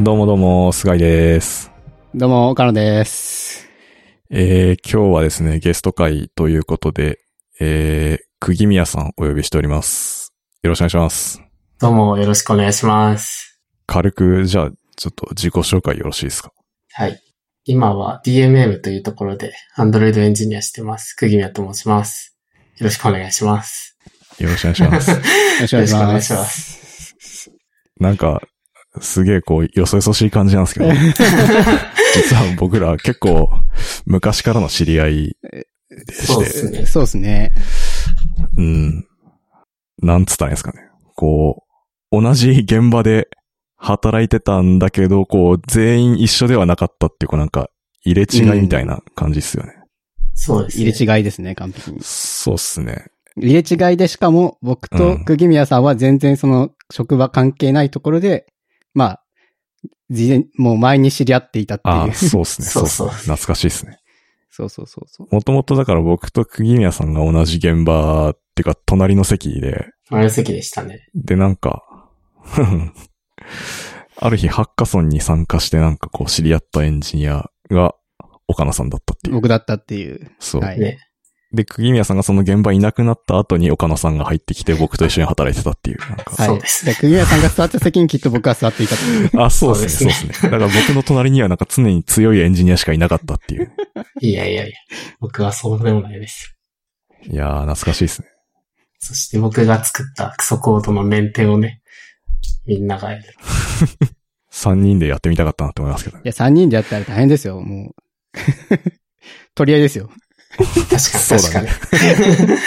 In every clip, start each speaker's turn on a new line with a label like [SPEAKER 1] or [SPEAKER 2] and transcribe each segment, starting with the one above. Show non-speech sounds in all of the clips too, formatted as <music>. [SPEAKER 1] どうもどうも、菅井です。
[SPEAKER 2] どうも、岡野です。
[SPEAKER 1] えー、今日はですね、ゲスト会ということで、えー、釘宮さんお呼びしております。よろしくお願いします。
[SPEAKER 3] どうもよろしくお願いします。
[SPEAKER 1] 軽く、じゃあ、ちょっと自己紹介よろしいですか
[SPEAKER 3] はい。今は DMM というところで Android エンジニアしてます。釘宮と申します。よろしくお願いします。
[SPEAKER 1] よろしくお願いします。
[SPEAKER 2] よろしくお
[SPEAKER 3] よ
[SPEAKER 2] 願
[SPEAKER 3] ろ
[SPEAKER 2] い
[SPEAKER 3] し
[SPEAKER 2] し
[SPEAKER 3] くお願
[SPEAKER 2] ま
[SPEAKER 3] いし
[SPEAKER 2] す。
[SPEAKER 3] ます。
[SPEAKER 1] なんか、すげえこう、よそよそしい感じなんですけど、実は僕ら結構、昔からの知り合いで
[SPEAKER 3] そう
[SPEAKER 1] し
[SPEAKER 3] で
[SPEAKER 1] て、
[SPEAKER 3] すね。
[SPEAKER 2] そうですね。
[SPEAKER 1] うん。なんつったらいいんですかね。こう、同じ現場で働いてたんだけど、こう、全員一緒ではなかったっていう、こうなんか、入れ違いみたいな感じですよね。
[SPEAKER 3] そうですね。
[SPEAKER 2] 入れ違いですね、完璧に。
[SPEAKER 1] そうっすね。
[SPEAKER 2] 入れ違いでしかも、僕
[SPEAKER 1] う
[SPEAKER 2] と
[SPEAKER 1] ん
[SPEAKER 2] 釘宮さんは全然その職場関係ないところで、まあ、事前、もう前に知り合っていたって
[SPEAKER 1] あ
[SPEAKER 2] い
[SPEAKER 1] あ、
[SPEAKER 2] う。
[SPEAKER 1] そうっすね。
[SPEAKER 3] そ
[SPEAKER 1] そううっ
[SPEAKER 3] そ
[SPEAKER 1] すね。
[SPEAKER 3] う
[SPEAKER 1] 懐かしいっすね。
[SPEAKER 2] そうそうそうそう。
[SPEAKER 1] もともとだから僕と釘宮さんが同じ現場っていうか、隣の席で、
[SPEAKER 3] 前の席でしたね。
[SPEAKER 1] で、なんか、 <laughs> ある日、ハッカソンに参加して、なんかこう、知り合ったエンジニアが、岡野さんだったっていう。
[SPEAKER 2] 僕だったっていう。
[SPEAKER 1] そう。
[SPEAKER 2] はい
[SPEAKER 3] ね。
[SPEAKER 1] で、釘宮さんがその現場いなくなった後に岡野さんが入ってき <laughs> て僕と一緒に働いてたっていう。なんか
[SPEAKER 2] はい。
[SPEAKER 3] そうですね
[SPEAKER 2] で、釘宮さんが座った席にきっと僕は座っていたと
[SPEAKER 3] <laughs>
[SPEAKER 2] いう。
[SPEAKER 1] あ、そうですね、そうですね。だから僕の隣にはなんか常に強いエンジニアしかいなかったっていう。
[SPEAKER 3] いやいやいや。僕はそうでもないです。
[SPEAKER 1] いやー、懐かしいですね。
[SPEAKER 3] そして僕が作ったクソコードのメンテをね、みんながやる。
[SPEAKER 1] 3人でやってみたかったなって思いますけど、
[SPEAKER 2] いや、3人でやったら大変ですよ、もう。 <laughs> 取り合いですよ。
[SPEAKER 3] 確かに
[SPEAKER 1] そうだ
[SPEAKER 3] 確か
[SPEAKER 1] ね
[SPEAKER 3] に。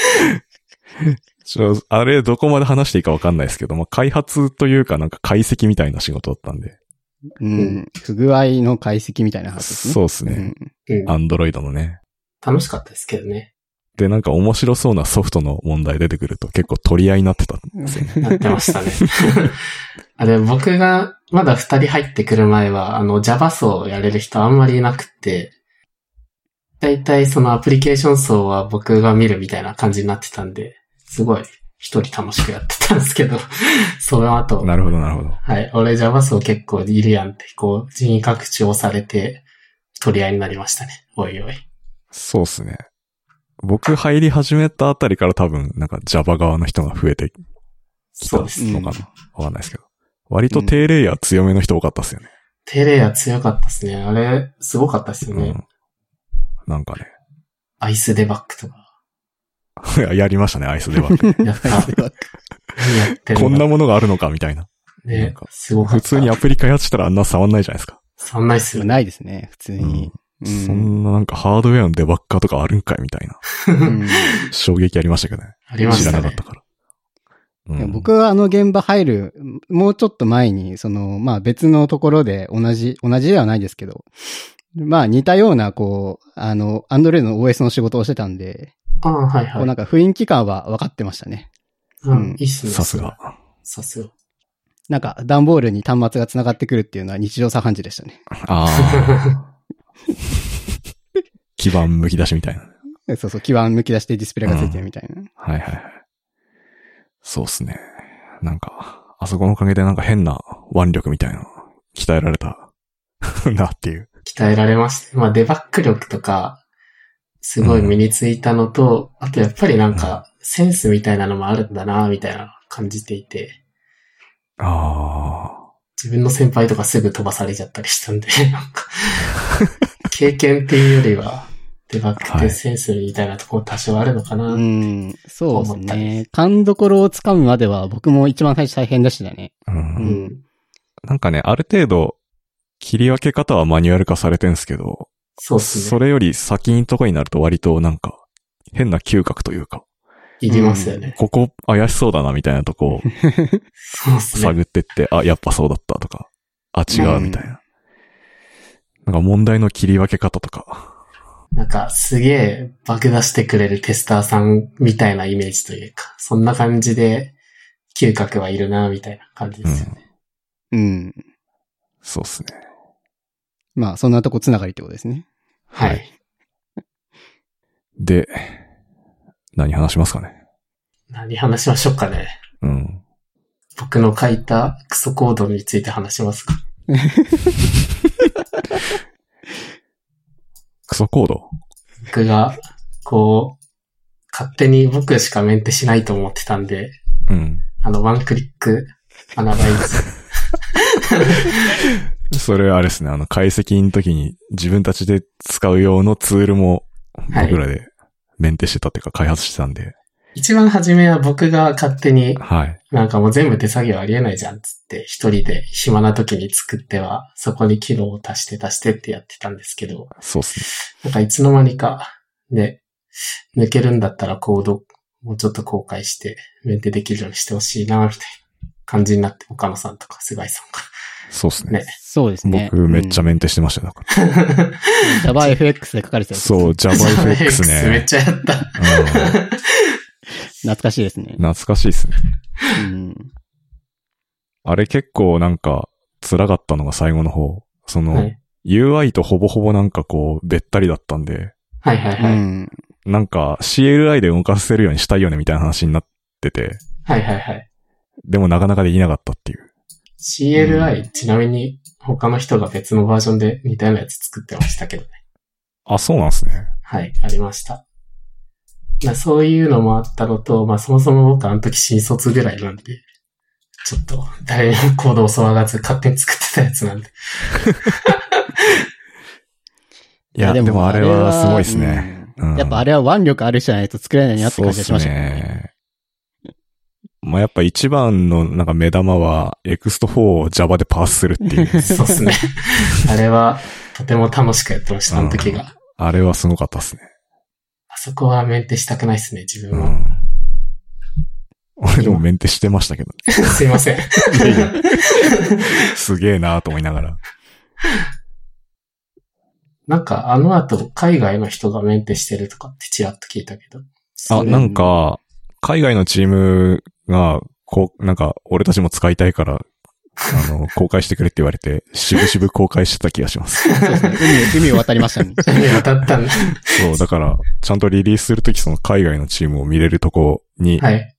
[SPEAKER 1] ちょあれ、どこまで話していいかわかんないですけど、まあ、開発というかなんか解析みたいな仕事だったんで。
[SPEAKER 2] うん。
[SPEAKER 3] う
[SPEAKER 2] 不具合の解析みたいな話ですね。
[SPEAKER 1] そうです
[SPEAKER 2] う
[SPEAKER 1] ね。
[SPEAKER 2] ん。
[SPEAKER 3] <laughs> うん
[SPEAKER 1] アンドロイドのね。
[SPEAKER 3] 楽しかったですけどね。
[SPEAKER 1] で、なんか面白そうなソフトの問題出てくると結構取り合いになってた。
[SPEAKER 3] なってましたね。 <laughs> あれ、僕がまだ二人入ってくる前は、あの、Java 層をやれる人あんまりいなくて、だいたいそのアプリケーション層は僕が見るみたいな感じになってたんで、すごい一人楽しくやってたんですけど、 <laughs> その後、
[SPEAKER 1] なるほど、なるほど。
[SPEAKER 3] はい、俺 Java 層結構いるやんって、こう、人員拡張されて、取り合いになりましたね。おいおい。
[SPEAKER 1] そうっすね。僕入り始めたあたりから多分、なんか Java 側の人が増えてきた
[SPEAKER 3] そう
[SPEAKER 1] の
[SPEAKER 3] です。
[SPEAKER 1] かなわかんないですけど。割と低レイヤー強めの人多かったっすよね。
[SPEAKER 3] テレア強かったですね。あれ、すごかったですよ
[SPEAKER 1] う
[SPEAKER 3] ね。
[SPEAKER 1] ん。なんかね。
[SPEAKER 3] アイスデバッグとか。
[SPEAKER 1] やりましたね、ア <laughs> イスデバ
[SPEAKER 3] <laughs>
[SPEAKER 1] ッグ。
[SPEAKER 3] やった。何やって
[SPEAKER 1] <laughs>
[SPEAKER 3] る
[SPEAKER 1] こんなものがあるのか、みたいな。なん
[SPEAKER 3] ね
[SPEAKER 1] か、
[SPEAKER 3] すごかっ
[SPEAKER 1] 普
[SPEAKER 3] た。
[SPEAKER 1] 通にアプリ開発したらあんな触んないじゃないですか。
[SPEAKER 3] そんないっすよね。
[SPEAKER 2] ないですね、普通に。うん
[SPEAKER 1] そんななんかハードウェアのデバッカーとかあるんかい、みたいな。
[SPEAKER 2] うん
[SPEAKER 1] 衝撃ありましたけどね。
[SPEAKER 3] ありまし
[SPEAKER 1] 知ら
[SPEAKER 3] た
[SPEAKER 1] なかっ
[SPEAKER 3] ね
[SPEAKER 1] た。から。
[SPEAKER 2] で
[SPEAKER 1] うん
[SPEAKER 2] も僕はあの現場入る、もうちょっと前に、その、まあ別のところで同じ、同じではないですけど、まあ似たような、こう、あの、アンドレイドの OS の仕事をしてたんで、
[SPEAKER 3] ああ、はい
[SPEAKER 2] こう
[SPEAKER 3] は。
[SPEAKER 2] ないんか雰囲気感は分かってましたね。
[SPEAKER 3] う
[SPEAKER 2] うん
[SPEAKER 3] ん、いいっすね。
[SPEAKER 1] さすが。
[SPEAKER 3] さすが。
[SPEAKER 2] なんか段ボールに端末が繋がってくるっていうのは日常茶飯事でしたね。
[SPEAKER 1] ああ、
[SPEAKER 3] <laughs>
[SPEAKER 1] 基盤剥き出しみたいな。
[SPEAKER 2] そうそう、基盤剥き出してディスプレイがついてるみたいな。
[SPEAKER 1] はいはいはい。そうっすね。なんか、あそこのおかげでなんか変な腕力みたいな、鍛えられた <laughs> なっていう。
[SPEAKER 3] 鍛えられました。まあ、デバッグ力とか、すごい身についたのと、あとやっぱりなんか、センスみたいなのもあるんだな、みたいなのを感じていて、
[SPEAKER 1] あ
[SPEAKER 3] 自分の先輩とかすぐ飛ばされちゃったりしたんで、 <laughs> なんか、経験っていうよりは、デバッグってセンスみたいなところ多少あるのかな。
[SPEAKER 2] うん、そうです
[SPEAKER 3] 思ったで
[SPEAKER 2] ね。勘どころをつかむまでは僕も一番最初大変でしたね。
[SPEAKER 1] あ、うん。
[SPEAKER 2] う
[SPEAKER 3] うんん。
[SPEAKER 1] なんかね、ある程度、切り分け方はマニュアル化されてんすけど、
[SPEAKER 3] そうっす
[SPEAKER 1] そ
[SPEAKER 3] ね。
[SPEAKER 1] れより先のとこになると割となんか、変な嗅覚というか、
[SPEAKER 3] いりますよね。
[SPEAKER 1] ここ怪しそうだなみたいなと
[SPEAKER 3] <laughs>
[SPEAKER 1] こを
[SPEAKER 3] そうっすね。
[SPEAKER 1] 探ってって、あ、やっぱそうだったとか、あ、違うみたいな。なんか問題の切り分け方とか、
[SPEAKER 3] なんか、すげえ爆出してくれるテスターさんみたいなイメージというか、そんな感じで、嗅覚はいるな、みたいな感じですよね。
[SPEAKER 2] うん。
[SPEAKER 1] そうっすね。
[SPEAKER 2] まあそんなとこ繋がりってことですね。
[SPEAKER 1] ん
[SPEAKER 3] は。
[SPEAKER 1] はいで、何話しますかね。
[SPEAKER 3] 何話しましょうかね。
[SPEAKER 1] うん。
[SPEAKER 3] 僕の書いたクソコードについて話しますか。
[SPEAKER 1] クソコード
[SPEAKER 3] 僕が、こう、勝手に僕しかメンテしないと思ってたんで、
[SPEAKER 1] うん。
[SPEAKER 3] あの、ワンクリックアナライズ。
[SPEAKER 1] それはあれですね、あの、解析の時に自分たちで使う用のツールも
[SPEAKER 3] はい
[SPEAKER 1] 僕らでメンテしてたっていうか開発してたんで、
[SPEAKER 3] 一番初めは僕が勝手に
[SPEAKER 1] はい。
[SPEAKER 3] なんかもう全部手作業ありえないじゃんっつって、一人で暇な時に作っては、そこに機能を足して足してってやってたんですけど、
[SPEAKER 1] そうっす
[SPEAKER 3] なんかいつの間にか、ね、抜けるんだったらコードもうちょっと公開して、メンテできるようにしてほしいな、みたいな感じになって、岡野さんとか菅井さんが。
[SPEAKER 1] ね。そうっすね。
[SPEAKER 3] ね
[SPEAKER 2] そうですね。
[SPEAKER 1] 僕めっちゃ
[SPEAKER 2] うん、
[SPEAKER 1] メンテしてましたよ。なんか
[SPEAKER 2] JavaFX で書かれてたやつですね
[SPEAKER 1] そう、JavaFX
[SPEAKER 3] <laughs> めっ
[SPEAKER 1] ね。
[SPEAKER 3] ちゃやった。
[SPEAKER 1] うん
[SPEAKER 2] 懐かしいですね。
[SPEAKER 1] 懐かしいっすね。
[SPEAKER 2] うん。
[SPEAKER 1] あれ結構なんか辛かったのが最後の方。その、
[SPEAKER 3] はい
[SPEAKER 1] UI とほぼほぼなんかこう、べったりだったんで、
[SPEAKER 3] はいはいうはい。
[SPEAKER 2] ん。
[SPEAKER 1] なんか CLI で動かせるようにしたいよねみたいな話になってて、
[SPEAKER 3] はいはいはい。
[SPEAKER 1] でもなかなかできなかったっていう。
[SPEAKER 3] CLI、ちなみに他の人が別のバージョンで似たようなやつ作ってましたけどね。
[SPEAKER 1] あ、そうなんですね。
[SPEAKER 3] はい、ありました。まあそういうのもあったのと、まあそもそも僕あの時新卒ぐらいなんで、ちょっと誰にもコードを教わらず勝手に作ってたや
[SPEAKER 1] <laughs>
[SPEAKER 3] つなんで。
[SPEAKER 1] いや、でもあれはすごいですね。。
[SPEAKER 2] うん
[SPEAKER 1] うん
[SPEAKER 2] やっぱあれは腕力ある人じゃないと作れないなって
[SPEAKER 1] そう
[SPEAKER 2] 感
[SPEAKER 1] っ
[SPEAKER 2] じが
[SPEAKER 1] す
[SPEAKER 2] しましたけどね。
[SPEAKER 1] ね。まあ、やっぱ一番のなんか目玉は、エクスト4を Java でパースするって <laughs> いう。
[SPEAKER 3] そうですね。あれはとても楽しくやってました、あの時が。
[SPEAKER 1] あれはすごかったっすね。
[SPEAKER 3] あそこはメンテしたくないですね、自
[SPEAKER 1] う
[SPEAKER 3] 分は。
[SPEAKER 1] ん。俺でもメンテしてましたけど、
[SPEAKER 3] <laughs> すいません。
[SPEAKER 1] すげえなーと思いながら。
[SPEAKER 3] なんかあの後海外の人がメンテしてるとかってちらっと聞いたけど。
[SPEAKER 1] あ、なんか、海外のチームが、こう、なんか、俺たちも使いたいから、あ
[SPEAKER 3] <laughs>
[SPEAKER 1] の、公開してくれって言われて、しぶしぶ公開してた気がします。
[SPEAKER 2] そうですね。海、海を渡りまし
[SPEAKER 1] <laughs>
[SPEAKER 2] たね。
[SPEAKER 3] 渡ったんだ。
[SPEAKER 1] そう、だから、ちゃんとリリースするとき、その海外のチームを見れるとこに
[SPEAKER 3] はい。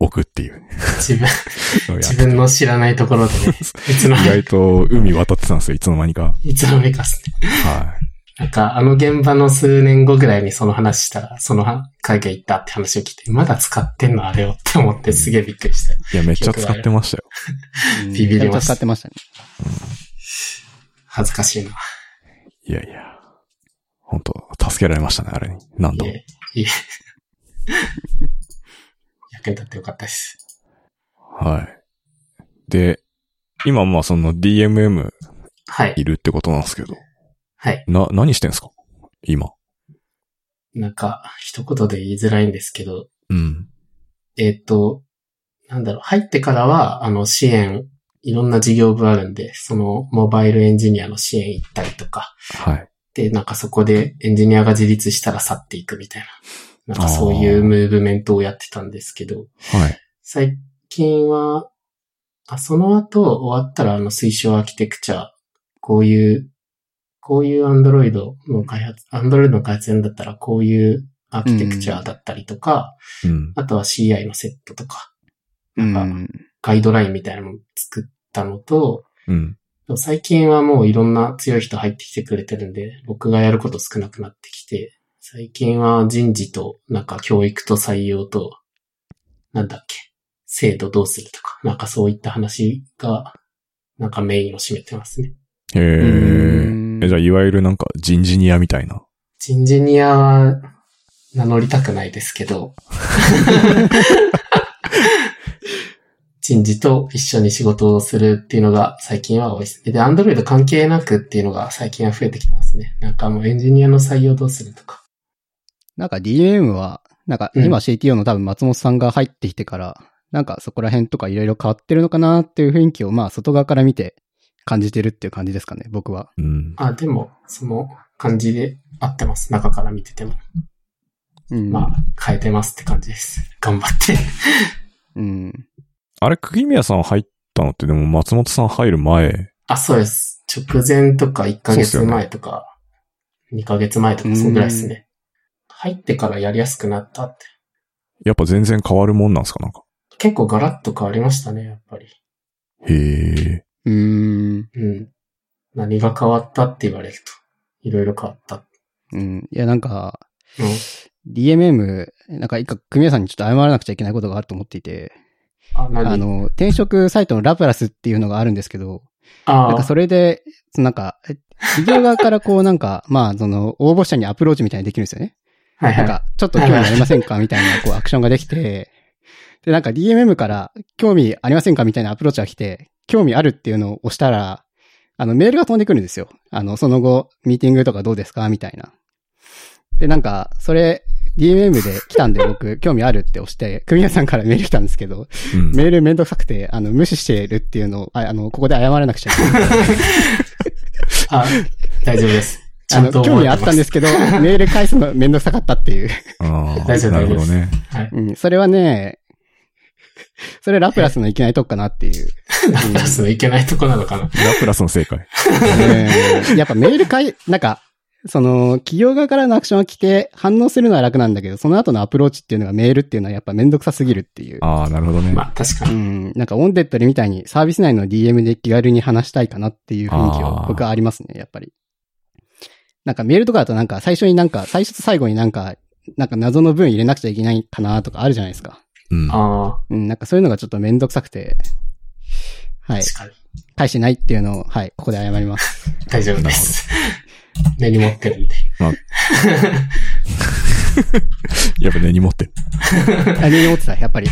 [SPEAKER 1] 置くっていう。
[SPEAKER 3] 自分、
[SPEAKER 1] のをやっ
[SPEAKER 3] 自分の知らないところでね、いつの
[SPEAKER 1] <laughs> 意外と海渡ってたんですよ、いつの間にか。
[SPEAKER 3] いつの間にかっすね
[SPEAKER 1] は
[SPEAKER 3] なんか、あの現場の数年後ぐらいにその話したら、その海外行ったって話を聞いて、まだ使ってんのあれをって思ってすげえびっくりした。
[SPEAKER 1] い。
[SPEAKER 3] <laughs>
[SPEAKER 1] いや、めっちゃ使ってましたよ。
[SPEAKER 2] うん
[SPEAKER 3] ビビりました
[SPEAKER 2] ちゃんと使ってましたね。
[SPEAKER 3] 恥ずかしいな。
[SPEAKER 1] いやいや。本当助けられましたね、あれに。何度
[SPEAKER 3] い
[SPEAKER 1] も。
[SPEAKER 3] え、いえ。役に立ってよかったです。
[SPEAKER 1] はい。で、今、まあ、その DMM
[SPEAKER 3] はい。
[SPEAKER 1] いるってことなんですけど。
[SPEAKER 3] はい。
[SPEAKER 1] な、何してんすか今。
[SPEAKER 3] なんか、一言で言いづらいんですけど、
[SPEAKER 1] うん。
[SPEAKER 3] えっ、と、なんだろう、入ってからは、あの、支援、いろんな事業部あるんで、その、モバイルエンジニアの支援行ったりとか、
[SPEAKER 1] はい。
[SPEAKER 3] で、なんかそこでエンジニアが自立したら去っていくみたいな。なんかそういうムーブメントをやってたんですけど、
[SPEAKER 1] はい。
[SPEAKER 3] 最近は、あその後終わったらあの推奨アーキテクチャ、こういう、こういう Android の開発、Android の開発やるんだったらこういうアーキテクチャだったりとか、
[SPEAKER 1] うん。
[SPEAKER 3] あとは CI のセットとか、
[SPEAKER 2] うん。
[SPEAKER 3] ガイドラインみたいなのを作ったのと、
[SPEAKER 1] うん。
[SPEAKER 3] でも最近はもういろんな強い人入ってきてくれてるんで、僕がやること少なくなってきて、最近は人事と、なんか教育と採用と、なんだっけ、制度どうするとか、なんかそういった話が、なんかメインを占めてますね。
[SPEAKER 1] へ
[SPEAKER 2] うん
[SPEAKER 1] ーえ。じゃあ、いわゆるなんか人事ニアみたいな。
[SPEAKER 3] 人事ニアは名乗りたくないですけど、人事と一緒に仕事をするっていうのが最近は多いですね。で、アンドロイド関係なくっていうのが最近は増えてきてますね。なんかもうエンジニアの採用どうするとか。
[SPEAKER 2] なんか DMM は、なんか今 CTO の多分松本さんが入ってきてから、なんかそこら辺とかいろいろ変わってるのかなっていう雰囲気をまあ外側から見て感じてるっていう感じですかね、僕は。
[SPEAKER 1] うん。
[SPEAKER 3] あ、でも、その感じで合ってます。中から見てても。
[SPEAKER 2] うん。
[SPEAKER 3] まあ、変えてますって感じです。頑張って。
[SPEAKER 2] うん。
[SPEAKER 1] あれ、釘宮さん入ったのって、でも松本さん入る前。
[SPEAKER 3] あ、そうです。直前とか1ヶ月前とか、2ヶ月前とか、そんぐらいですね。入ってからやりやすくなったって。
[SPEAKER 1] やっぱ全然変わるもんなんですかなんか。
[SPEAKER 3] 結構ガラッと変わりましたね、やっぱり。
[SPEAKER 1] へえ。
[SPEAKER 2] うーん。
[SPEAKER 3] うん。何が変わったって言われると。いろいろ変わった。
[SPEAKER 2] うん。いや、なんか、
[SPEAKER 3] うん
[SPEAKER 2] DMM、なんか一回、組合さんにちょっと謝らなくちゃいけないことがあると思っていて、
[SPEAKER 3] あ、何
[SPEAKER 2] あの、転職サイトのラプラスっていうのがあるんですけど、
[SPEAKER 3] あ
[SPEAKER 2] なんか
[SPEAKER 3] あ、
[SPEAKER 2] それで、なんか、え企業側からこうなんか、まあ、その、応募者にアプローチみたいにできるんですよね。
[SPEAKER 3] はい
[SPEAKER 2] なん
[SPEAKER 3] は
[SPEAKER 2] か、ちょっと興味ありませんかみたい
[SPEAKER 3] <laughs>
[SPEAKER 2] な、こう、アクションができて、で、なんか DMM から、興味ありませんかみたいなアプローチが来て、興味あるっていうのを押したら、あの、メールが飛んでくるんですよ。あの、その後、ミーティングとかどうですかみたいな。で、なんか、それ、DMM で来たんで
[SPEAKER 3] <laughs>
[SPEAKER 2] 僕、興味あるって押して、組合さんからメール来たんですけど、
[SPEAKER 1] うん。
[SPEAKER 2] メールめんどくさくて、あの、無視してるっていうのを、ああの、ここで謝らなくちゃいけない。
[SPEAKER 3] い。あ、大丈夫です。
[SPEAKER 2] <laughs>
[SPEAKER 3] ち
[SPEAKER 2] あ
[SPEAKER 3] ゃん
[SPEAKER 2] の、
[SPEAKER 3] と
[SPEAKER 2] 興
[SPEAKER 3] 覚え
[SPEAKER 2] 味
[SPEAKER 3] て
[SPEAKER 2] あ
[SPEAKER 3] ま
[SPEAKER 2] っ
[SPEAKER 3] す。
[SPEAKER 2] たんですけど、メール返すのめんどくさかったっていう。
[SPEAKER 1] ああ、
[SPEAKER 3] 大丈夫
[SPEAKER 1] なるほどね。
[SPEAKER 3] はい。
[SPEAKER 2] うん、それはね、それラプラスのいけないとこかなっていう。
[SPEAKER 3] ラプラスのいけないとこなのかな。
[SPEAKER 1] ラプラスの正解。
[SPEAKER 2] うんやっぱメールかい、なんか、その、企業側からのアクションが来て反応するのは楽なんだけど、その後のアプローチっていうのがメールっていうのはやっぱめんどくさすぎるっていう。
[SPEAKER 1] ああ、なるほどね。
[SPEAKER 3] まあ、確か
[SPEAKER 2] う
[SPEAKER 3] に。
[SPEAKER 2] ん、なんかオンデッドリみたいにサービス内の DM で気軽に話したいかなっていう雰囲気
[SPEAKER 1] あ
[SPEAKER 2] は
[SPEAKER 1] ー
[SPEAKER 2] 僕はありますね、やっぱり。なんかメールとかだとなんか最初になんか、最初と最後になんか、なんか謎の文入れなくちゃいけないかなとかあるじゃないですか。
[SPEAKER 1] うん。
[SPEAKER 3] あ
[SPEAKER 2] うん、なんかそういうのがちょっとめんどくさくて、は
[SPEAKER 3] あ、
[SPEAKER 2] い、
[SPEAKER 3] 確かに。
[SPEAKER 2] 返してないっていうのを、はい、ここで謝ります。
[SPEAKER 3] 大丈夫です。 <laughs> 根に持ってるんで。
[SPEAKER 1] やっぱ根に持ってる。
[SPEAKER 2] あ、根に持ってた、やっぱり。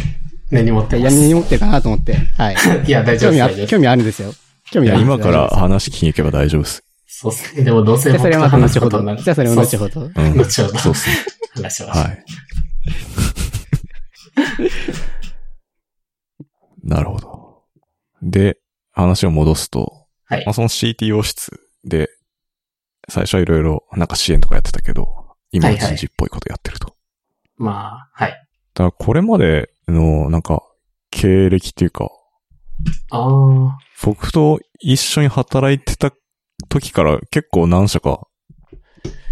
[SPEAKER 3] 根に持って
[SPEAKER 2] い
[SPEAKER 3] ま
[SPEAKER 2] や、
[SPEAKER 3] す。
[SPEAKER 2] 根に持ってるかなと思って、はい。
[SPEAKER 3] <laughs> いや、大丈
[SPEAKER 2] 興
[SPEAKER 3] 夫
[SPEAKER 2] 味あ
[SPEAKER 3] です。大丈夫
[SPEAKER 2] る、
[SPEAKER 3] です
[SPEAKER 2] 興味あるんですよ。興
[SPEAKER 1] い
[SPEAKER 2] 味あ
[SPEAKER 1] や、
[SPEAKER 2] る
[SPEAKER 1] 今から話聞きに行けば大丈夫です。
[SPEAKER 3] そうっすね。でも、どう
[SPEAKER 2] じ
[SPEAKER 3] せ
[SPEAKER 2] ゃあ
[SPEAKER 3] 僕
[SPEAKER 2] それ
[SPEAKER 3] と
[SPEAKER 2] は後
[SPEAKER 3] 話すこ
[SPEAKER 2] ほ
[SPEAKER 3] とに
[SPEAKER 2] ど。
[SPEAKER 3] な <laughs> る。
[SPEAKER 2] じゃあそれは後ほ
[SPEAKER 3] ど。
[SPEAKER 2] ど。
[SPEAKER 1] うん。
[SPEAKER 3] 後ほど。
[SPEAKER 1] そうっすね。
[SPEAKER 3] <laughs> 話は。
[SPEAKER 1] はい。 <laughs> なるほど。で、話を戻すと、
[SPEAKER 3] はい
[SPEAKER 1] まあ、その CTO 室で、最初はいろいろなんか支援とかやってたけど、今は
[SPEAKER 3] はいはい
[SPEAKER 1] 人事っぽいことやってると。
[SPEAKER 3] まあ、はい。
[SPEAKER 1] だからこれまでのなんか経歴っていうか、
[SPEAKER 3] ああ、
[SPEAKER 1] 僕と一緒に働いてた時から結構何社か、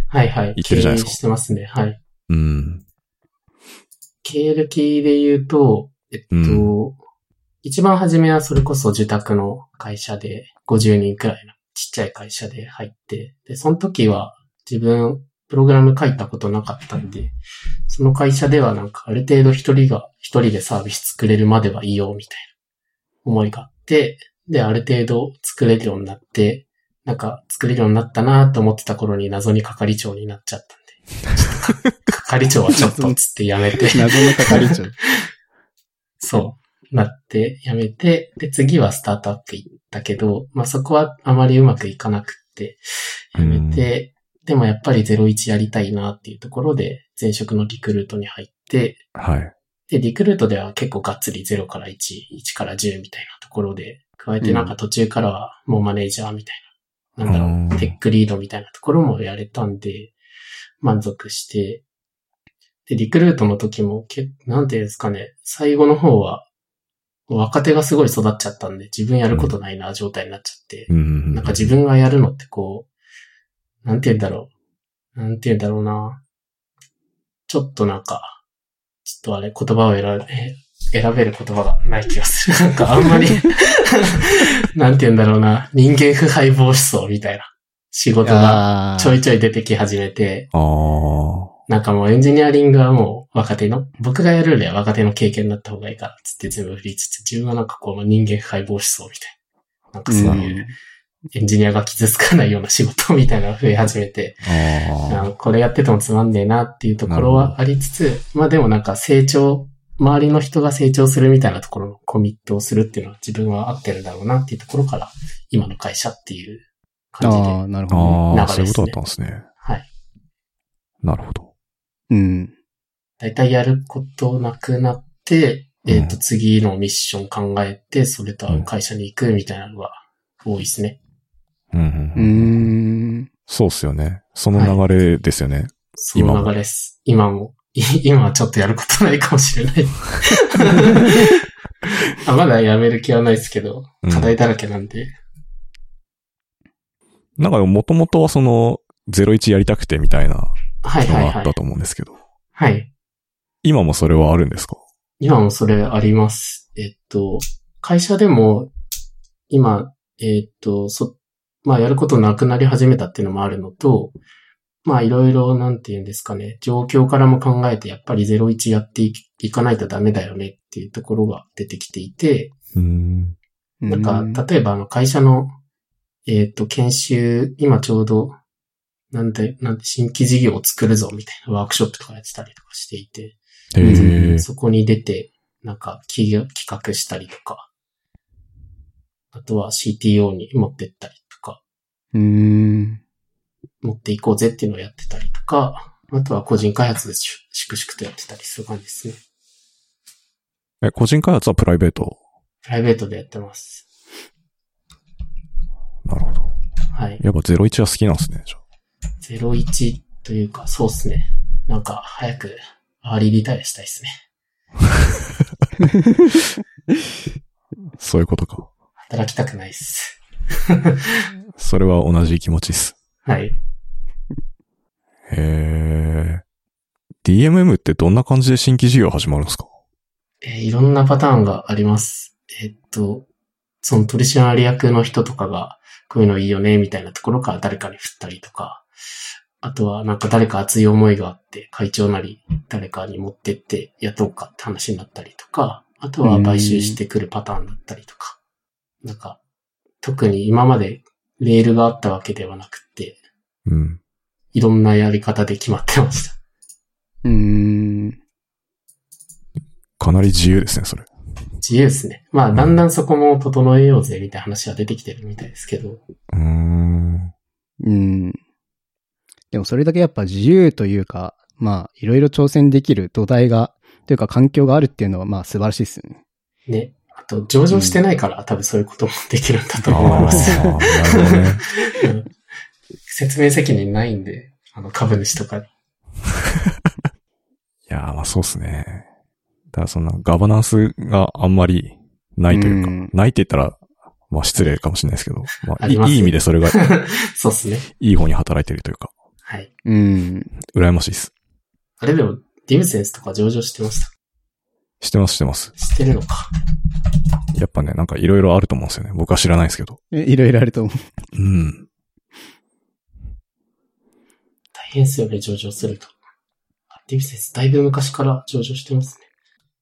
[SPEAKER 3] はいは
[SPEAKER 1] 言
[SPEAKER 3] い。
[SPEAKER 1] ってるじゃないですか
[SPEAKER 3] 経営してますね。はい。
[SPEAKER 1] うん、
[SPEAKER 3] 経歴で言うと、えっと、
[SPEAKER 1] う
[SPEAKER 3] 一番初めはそれこそ受託の会社で、50人くらいのちっちゃい会社で入って、で、その時は自分、プログラム書いたことなかったんで、その会社ではなんかある程度一人が一人でサービス作れるまではいいよ、みたいな思いがあって、で、ある程度作れるようになって、なんか作れるようになったなと思ってた頃に謎に係長になっちゃったんで、ちょっとか係長はちょっとっつってやめて、
[SPEAKER 2] 謎の係長。
[SPEAKER 3] そう、なって、やめて、で、次はスタートアップ行ったけど、まあ、そこはあまりうまくいかなくって、やめて、でもやっぱり01やりたいなっていうところで、前職のリクルートに入って、
[SPEAKER 1] はい。
[SPEAKER 3] で、リクルートでは結構がっつり0から1、1から10みたいなところで、加えてなんか途中からはもうマネージャーみたいな、
[SPEAKER 1] う
[SPEAKER 3] なん
[SPEAKER 1] ん
[SPEAKER 3] だろう、テックリードみたいなところもやれたんで、満足して、で、リクルートの時も、けなんていうんですかね、最後の方は、若手がすごい育っちゃったんで、自分やることないな、状態になっちゃって、
[SPEAKER 1] うん。
[SPEAKER 3] なんか自分がやるのってこう、なんて言うんだろう。なんて言うんだろうな。ちょっとなんか、ちょっとあれ、言葉を選べ、選べる言葉がない気がする。なんかあんまり、 <laughs> なんて言うんだろうな。人間腐敗防止層みたいな仕事が
[SPEAKER 2] あ
[SPEAKER 3] ちょいちょい出てき始めて、
[SPEAKER 1] ああ。
[SPEAKER 3] なんかもうエンジニアリングはもう若手の、僕がやるよりは若手の経験になった方がいいから、つって全部振りつつ、自分はなんかこの人間腐敗防止層みたいな。なんかそういう、
[SPEAKER 2] うん
[SPEAKER 3] エンジニアが傷つかないような仕事みたいなのが増え始めて、あ
[SPEAKER 1] あ
[SPEAKER 3] のこれやっててもつまんねえなっていうとこ
[SPEAKER 1] な
[SPEAKER 3] ろ
[SPEAKER 1] るほ
[SPEAKER 3] はありつつ、まあでもなんか成長、周りの人が成長するみたいなところのコミットをするっていうのは自分は合ってるだろうなっていうところから、今の会社っていう感じで。
[SPEAKER 2] あー、なる
[SPEAKER 1] あ。
[SPEAKER 2] ほどね。
[SPEAKER 1] ああ、
[SPEAKER 3] 流
[SPEAKER 1] そういうことだっ
[SPEAKER 3] れですね
[SPEAKER 1] たんですね。
[SPEAKER 3] はい。
[SPEAKER 1] なるほど。
[SPEAKER 2] うん。
[SPEAKER 3] だいたいやることなくなって、えっ、
[SPEAKER 1] う
[SPEAKER 3] と、次のミッション考えて、それと合う会社に行くみたいなのが多いですね。
[SPEAKER 1] うん
[SPEAKER 2] うー
[SPEAKER 1] うんうん
[SPEAKER 2] ん。
[SPEAKER 1] そうっすよね。その流れですよね。
[SPEAKER 3] その流れです。今も。 <laughs> い今はちょっとやることないかもしれ
[SPEAKER 1] <laughs>
[SPEAKER 3] ない。あまだやめる気はないですけど、
[SPEAKER 1] うん
[SPEAKER 3] 課題だらけなんで。
[SPEAKER 1] なんか、もともとはその、01やりたくてみたいな
[SPEAKER 3] はい
[SPEAKER 1] の
[SPEAKER 3] はい
[SPEAKER 1] があ
[SPEAKER 3] は
[SPEAKER 1] っ
[SPEAKER 3] い
[SPEAKER 1] た。と思うんですけど。
[SPEAKER 3] はい。
[SPEAKER 1] 今もそれはあるんですか
[SPEAKER 3] 今もそれあります。えっと、会社でも、今、えーっと、そ、まあやることなくなり始めたっていうのもあるのと、まあいろいろなんていうんですかね、状況からも考えてやっぱり01やっていきいかないとダメだよねっていうところが出てきていて、
[SPEAKER 1] うん。
[SPEAKER 3] な
[SPEAKER 2] うん
[SPEAKER 3] か、例えばあの会社の、えーっ、と、研修、今ちょうど、なんで、なんで新規事業を作るぞみたいなワークショップとかやってたりとかしていて、
[SPEAKER 1] へえ。
[SPEAKER 3] そこに出て、なんか企業企画したりとか、あとは CTO に持ってったりとか、
[SPEAKER 2] うん。
[SPEAKER 3] 持っていこうぜっていうのをやってたりとか、あとは個人開発でし粛々とやってたりする感じですね。
[SPEAKER 1] え、個人開発はプライベート。
[SPEAKER 3] プライベートでやってます。
[SPEAKER 1] なるほど。
[SPEAKER 3] はい。
[SPEAKER 1] やっぱ01は好きなんですね、じゃあ
[SPEAKER 3] 01というか、そうっすね。なんか、早く、アーリーリタイアしたいですね。
[SPEAKER 1] そういうことか。
[SPEAKER 3] 働きたくないっす。
[SPEAKER 1] それは同じ気持ちっす。
[SPEAKER 3] はい。
[SPEAKER 1] へえ。DMM ってどんな感じで新規事業始まるんですか
[SPEAKER 3] えーいろんなパターンがあります。えーっと、その取締役の人とかが、こういうのいいよね、みたいなところから誰かに振ったりとか、あとはなんか誰か熱い思いがあって、会長なり誰かに持ってって雇うかって話になったりとか、あとは買収してくるパターンだったりとか、なんか、特に今までレールがあったわけではなくて、
[SPEAKER 1] うん。
[SPEAKER 3] いろんなやり方で決まってました。 <laughs>
[SPEAKER 2] うん。
[SPEAKER 1] かなり自由ですね、それ。
[SPEAKER 3] 自由ですね。まあ、だんだんそこも整えようぜ、みたいな話は出てきてるみたいですけど。
[SPEAKER 1] うーん。
[SPEAKER 2] うん。でもそれだけやっぱ自由というか、まあ、いろいろ挑戦できる土台が、というか環境があるっていうのは、まあ素晴らしいですよね。
[SPEAKER 3] ね。あと、上場してないから、多分そういうこともできるんだと
[SPEAKER 1] あ
[SPEAKER 3] 思い
[SPEAKER 1] あ
[SPEAKER 3] ます。
[SPEAKER 1] ー、なるほどね。
[SPEAKER 3] <laughs> うん説明責任ないんで、あの、株主とかに。
[SPEAKER 1] いやー、まあそうっすね。ただそんなガバナンスがあんまりないというか、
[SPEAKER 2] うん
[SPEAKER 1] ないって言ったら、まあ失礼かもしれないですけど、まあ
[SPEAKER 3] あ
[SPEAKER 1] いい
[SPEAKER 3] ります
[SPEAKER 1] いい意味でそれが
[SPEAKER 3] そうっすね。
[SPEAKER 1] いい方に働いてるというか、 <laughs>
[SPEAKER 3] はい。
[SPEAKER 2] うん。
[SPEAKER 1] 羨ましいです。
[SPEAKER 3] あれでも、ディムセンスとか上場してました。
[SPEAKER 1] 知ってます、知ってます。
[SPEAKER 3] 知ってるのか。
[SPEAKER 1] やっぱね、なんかいろいろあると思うんですよね。僕は知らないですけど。
[SPEAKER 2] えいろいろあると思う。
[SPEAKER 1] うん。
[SPEAKER 3] 大変ですよね、上場すると。あディムセンス、だいぶ昔から上場してますね。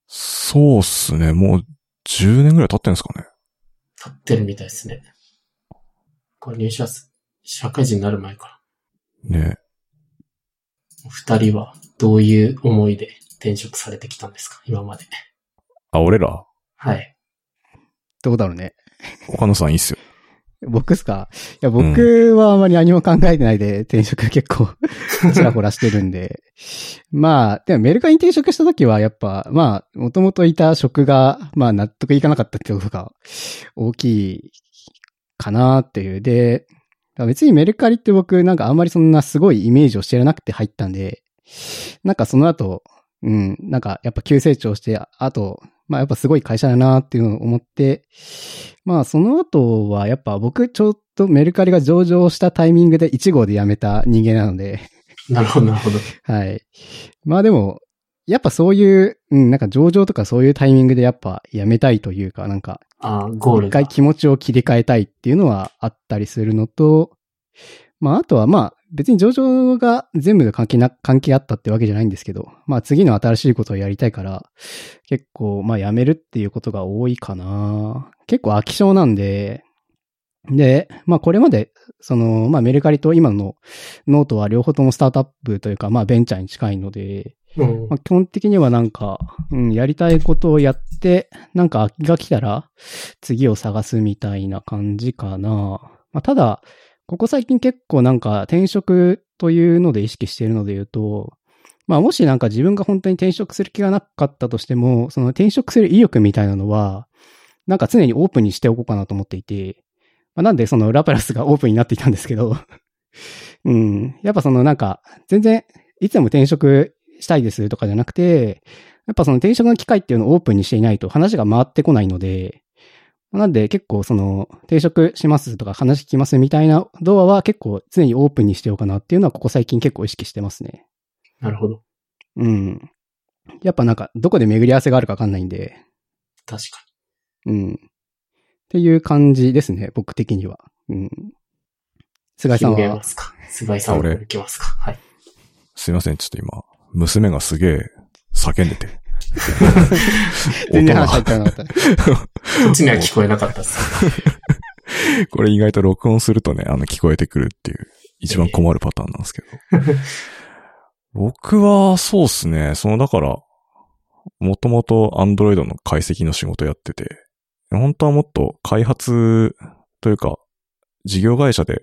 [SPEAKER 1] そうっすね。もう10年ぐらい経ってんですかね。
[SPEAKER 3] 立ってるみたいですね。これ入社す、社会人になる前から。
[SPEAKER 1] ね
[SPEAKER 3] お二人はどういう思いで転職されてきたんですか今まで。
[SPEAKER 1] あ、俺ら、
[SPEAKER 3] はい。
[SPEAKER 2] どうだろうね。
[SPEAKER 1] 岡野さんいいっすよ。
[SPEAKER 2] 僕っすかいや、僕はあまり何も考えてないで、転職結構、ちらほらしてるんで。まあ、でもメルカリに転職した時は、やっぱ、まあ、もともといた職が、まあ、納得いかなかったってことが、大きいかなっていう。で、別にメルカリって僕、なんかあんまりそんなすごいイメージをしてなくて入ったんで、なんかその後、うん、なんかやっぱ急成長して、あと、まあやっぱすごい会社だなっていうのを思って、まあその後はやっぱ僕ちょっとメルカリが上場したタイミングで1号で辞めた人間なので、 <laughs>
[SPEAKER 3] なるほど、なるほど。
[SPEAKER 2] はい。まあでも、やっぱそういう、うん、なんか上場とかそういうタイミングでやっぱ辞めたいというか、なんか
[SPEAKER 3] あーゴール
[SPEAKER 2] 一
[SPEAKER 3] が
[SPEAKER 2] 回。気持ちを切り替えたいっていうのはあったりするのと、まあ、あとはまあ、別に上場が全部関係な、関係あったってわけじゃないんですけど、まあ次の新しいことをやりたいから、結構まあやめるっていうことが多いかな。結構飽き性なんで、で、まあこれまで、その、まあメルカリと今のノートは両方ともスタートアップというか、まあベンチャーに近いので、
[SPEAKER 3] うん
[SPEAKER 2] まあ、基本的にはなんか、うん、やりたいことをやって、なんか飽きが来たら、次を探すみたいな感じかな。まあ、ただ、ここ最近結構なんか転職というので意識しているので言うと、まあもしなんか自分が本当に転職する気がなかったとしても、その転職する意欲みたいなのは、なんか常にオープンにしておこうかなと思っていて、まあ、なんでそのラプラスがオープンになっていたんですけど、うん、やっぱそのなんか、全然、いつでも転職したいですとかじゃなくて、やっぱその転職の機会っていうのをオープンにしていないと話が回ってこないので、なんで結構その転職しますとか話聞きますみたいなドアは結構常にオープンにしてようかなっていうのはここ最近結構意識してますね。
[SPEAKER 3] なるほど。
[SPEAKER 2] うん。やっぱなんかどこで巡り合わせがあるかわかんないんで、
[SPEAKER 3] 確か
[SPEAKER 2] うん。っていう感じですね、僕的には。うん。菅井さん
[SPEAKER 3] 広げま
[SPEAKER 2] は、
[SPEAKER 3] すか。菅井さんも行きますか。はい。
[SPEAKER 1] すいません、ちょっと今、娘がすげえ叫んでて。 <laughs>
[SPEAKER 2] 全然
[SPEAKER 1] 音が
[SPEAKER 2] 話入ってなかったね。
[SPEAKER 3] こっちには聞こえなかったです。
[SPEAKER 1] これ意外と録音するとね、あの、聞こえてくるっていう、一番困るパターンなんですけど。僕は、そうっすね、その、だから、もともと Android の解析の仕事やってて、本当はもっと開発というか、事業会社で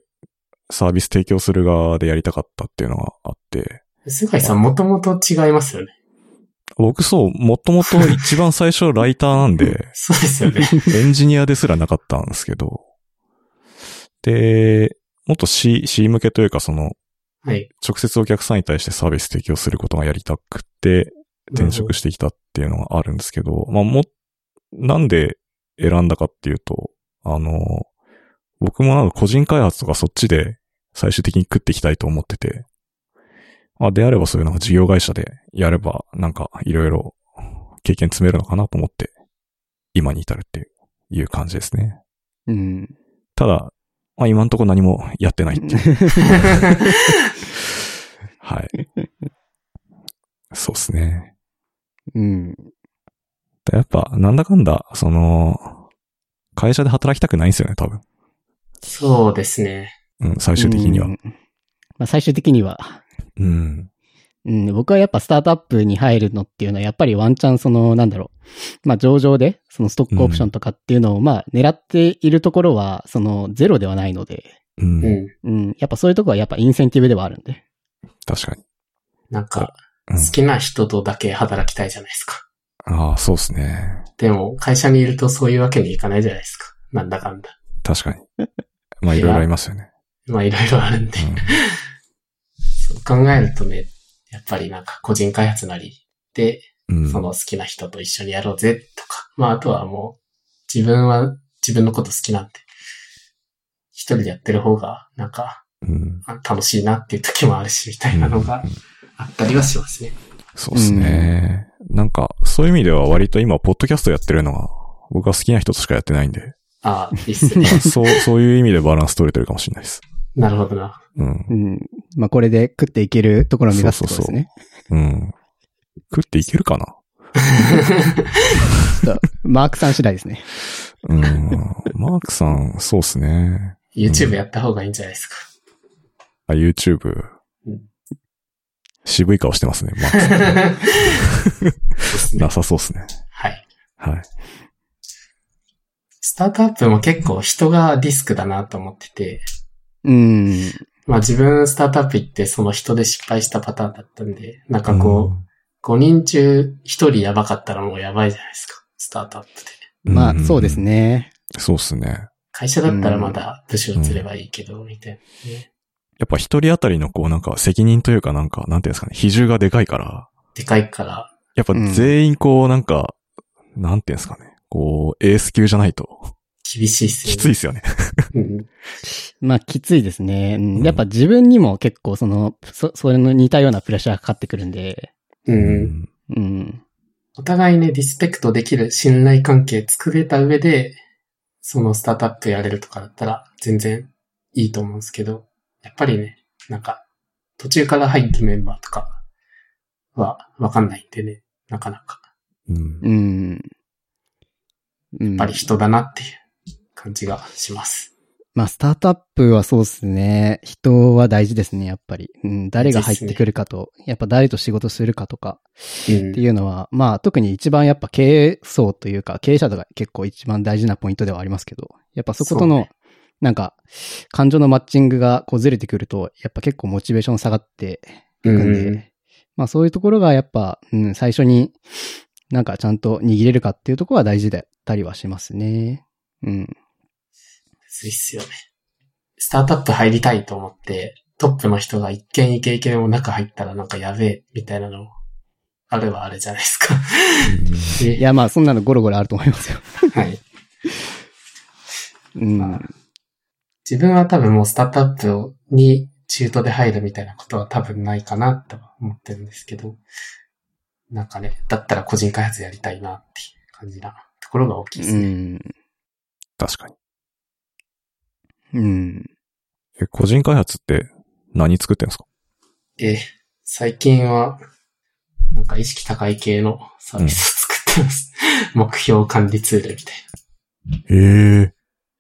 [SPEAKER 1] サービス提供する側でやりたかったっていうのがあって、
[SPEAKER 3] 菅井さんもともと違いますよね。
[SPEAKER 1] 僕そう、もともと一番最初ライターなんで、
[SPEAKER 3] そうですよね。
[SPEAKER 2] <laughs>
[SPEAKER 1] エンジニアですらなかったんですけど。で、もっと C、C 向けというかその、
[SPEAKER 3] はい。
[SPEAKER 1] 直接お客さんに対してサービス提供することがやりたくて、転職してきたっていうのがあるんですけど、まあも、なんで選んだかっていうと、あの、僕もなんか個人開発とかそっちで最終的に食っていきたいと思ってて、あ、であればそういうなんか事業会社でやれば、なんかいろいろ経験積めるのかなと思って、今に至るっていう感じですね。
[SPEAKER 2] うん。
[SPEAKER 1] ただ、まあ今んとこ何もやってない <laughs> っていう
[SPEAKER 2] <laughs>
[SPEAKER 1] はい。そうですね。
[SPEAKER 2] うん。
[SPEAKER 1] でやっぱ、なんだかんだ、その、会社で働きたくないんですよね、多分。
[SPEAKER 3] そうですね。
[SPEAKER 1] うん、最終的には
[SPEAKER 2] う。んまあ、最終的には。
[SPEAKER 1] うん。
[SPEAKER 2] うん、僕はやっぱスタートアップに入るのっていうのは、やっぱりワンチャンその、なんだろう。まあ上場で、そのストックオプションとかっていうのを、まあ狙っているところは、そのゼロではないので、
[SPEAKER 1] う。
[SPEAKER 3] うんん。
[SPEAKER 2] うん、やっぱそういうとこはやっぱインセンティブではあるんで。
[SPEAKER 1] 確かに。
[SPEAKER 3] なんか、
[SPEAKER 1] うん
[SPEAKER 3] 好きな人とだけ働きたいじゃないですか。
[SPEAKER 1] ああ、そうですね。
[SPEAKER 3] でも、会社にいるとそういうわけにいかないじゃないですか。なんだかんだ。
[SPEAKER 1] 確かに。まあ、いろいろありますよね。
[SPEAKER 3] まあ、いろいろあるんで。そう考えるとね、やっぱりなんか個人開発なりで、
[SPEAKER 1] うん。うん
[SPEAKER 3] その好きな人と一緒にやろうぜとか、まあ、あとはもう、自分は自分のこと好きなんで、一人でやってる方が、なんか、
[SPEAKER 1] うん。
[SPEAKER 3] あ楽しいなっていう時もあるし、みたいなのが
[SPEAKER 1] うん
[SPEAKER 3] あったりはしますね。
[SPEAKER 1] そうですね。なんか、そういう意味では割と今、ポッドキャストやってるのが、僕は好きな人としかやってないんで、。
[SPEAKER 3] ああ、いいっすね
[SPEAKER 1] <laughs> そう、そういう意味でバランス取れてるかもしれないです。
[SPEAKER 3] なるほどな。
[SPEAKER 1] うん
[SPEAKER 2] う。ん。まあこれで食っていけるところを目指すってことですね。
[SPEAKER 1] うん。食っていけるかな
[SPEAKER 2] ちょっとマークさん次第ですね。
[SPEAKER 1] うん。マークさん、そうっすね。
[SPEAKER 3] YouTube やった方がいいんじゃな
[SPEAKER 1] <laughs>
[SPEAKER 3] いですか。
[SPEAKER 1] あ、YouTube
[SPEAKER 3] うん。
[SPEAKER 1] 渋い顔してますね、マークさん。
[SPEAKER 3] ですね
[SPEAKER 1] <laughs> な。さそうっすね。
[SPEAKER 3] はい。
[SPEAKER 1] はい。
[SPEAKER 3] スタートアップも結構人がリスクだなと思ってて、
[SPEAKER 2] うん。
[SPEAKER 3] まあ自分スタートアップ行ってその人で失敗したパターンだったんで、なんかこう、5人中1人やばかったらもうやばいじゃないですか。スタートアップで。
[SPEAKER 1] うん
[SPEAKER 2] まあそうです。ね。
[SPEAKER 1] そうっすね。
[SPEAKER 3] 会社だったらまだ部署移ればいいけど、みたいなね。
[SPEAKER 1] やっぱ一人当たりのこうなんか責任というかなんか、なんていうんですかね、比重がでかいから、
[SPEAKER 3] でかいから、
[SPEAKER 1] やっぱ全員こうなんか、なんていうんですかね、こう、エース級じゃないと、
[SPEAKER 3] 厳しいっすよ
[SPEAKER 1] き
[SPEAKER 3] ね。
[SPEAKER 1] ついっすよね。
[SPEAKER 3] うん。
[SPEAKER 2] まあきついですね。
[SPEAKER 1] う
[SPEAKER 2] う
[SPEAKER 1] んん
[SPEAKER 2] やっぱ自分にも結構その、そ、それの似たようなプレッシャーがかかってくるんで、
[SPEAKER 3] う。。
[SPEAKER 1] うん
[SPEAKER 2] うん。
[SPEAKER 3] お互いね、リスペクトできる信頼関係作れた上で、そのスタートアップやれるとかだったら全然いいと思うんですけど、やっぱりね、なんか、途中から入ったメンバーとかはわかんないんでね、なかなか、
[SPEAKER 1] うん
[SPEAKER 2] うん。うん
[SPEAKER 3] やっぱり人だなっていう感じがします。
[SPEAKER 2] まあ、スタートアップはそうですね。人は大事ですね、やっぱり。うん、誰が入ってくるかと、やっぱ誰と仕事するかとか
[SPEAKER 3] う
[SPEAKER 2] って
[SPEAKER 3] ん。
[SPEAKER 2] いうのは、まあ、特に一番やっぱ経営層というか、経営者とか結構一番大事なポイントではありますけど、やっぱそこと
[SPEAKER 3] そう
[SPEAKER 2] の
[SPEAKER 3] ね、
[SPEAKER 2] なんか、感情のマッチングがこうずれてくると、やっぱ結構モチベーション下がって
[SPEAKER 3] う
[SPEAKER 2] いくんで、
[SPEAKER 3] ん。
[SPEAKER 2] まあそういうところがやっぱ、うん、最初になんかちゃんと握れるかっていうところは大事だったりはしますね。うん。
[SPEAKER 3] そうっすよね。スタートアップ入りたいと思って、トップの人が一見イケイケでも中入ったらなんかやべえ、みたいなのも、あれはあれじゃないですか。ね
[SPEAKER 2] いや、まあ、そんなのゴロゴロあると思いますよ。
[SPEAKER 3] <laughs> はい。
[SPEAKER 2] うん。
[SPEAKER 3] 自分は多分もうスタートアップに中途で入るみたいなことは多分ないかなとは思ってるんですけど、なんかね、だったら個人開発やりたいなっていう感じなところが大きいで
[SPEAKER 2] う
[SPEAKER 3] すね。
[SPEAKER 2] ん。
[SPEAKER 1] 確かに。
[SPEAKER 2] うん。
[SPEAKER 1] え、個人開発って何作ってんですか
[SPEAKER 3] え、最近は、なんか意識高い系のサービスを作ってます。目標管理ツールみたい
[SPEAKER 1] ええ
[SPEAKER 2] う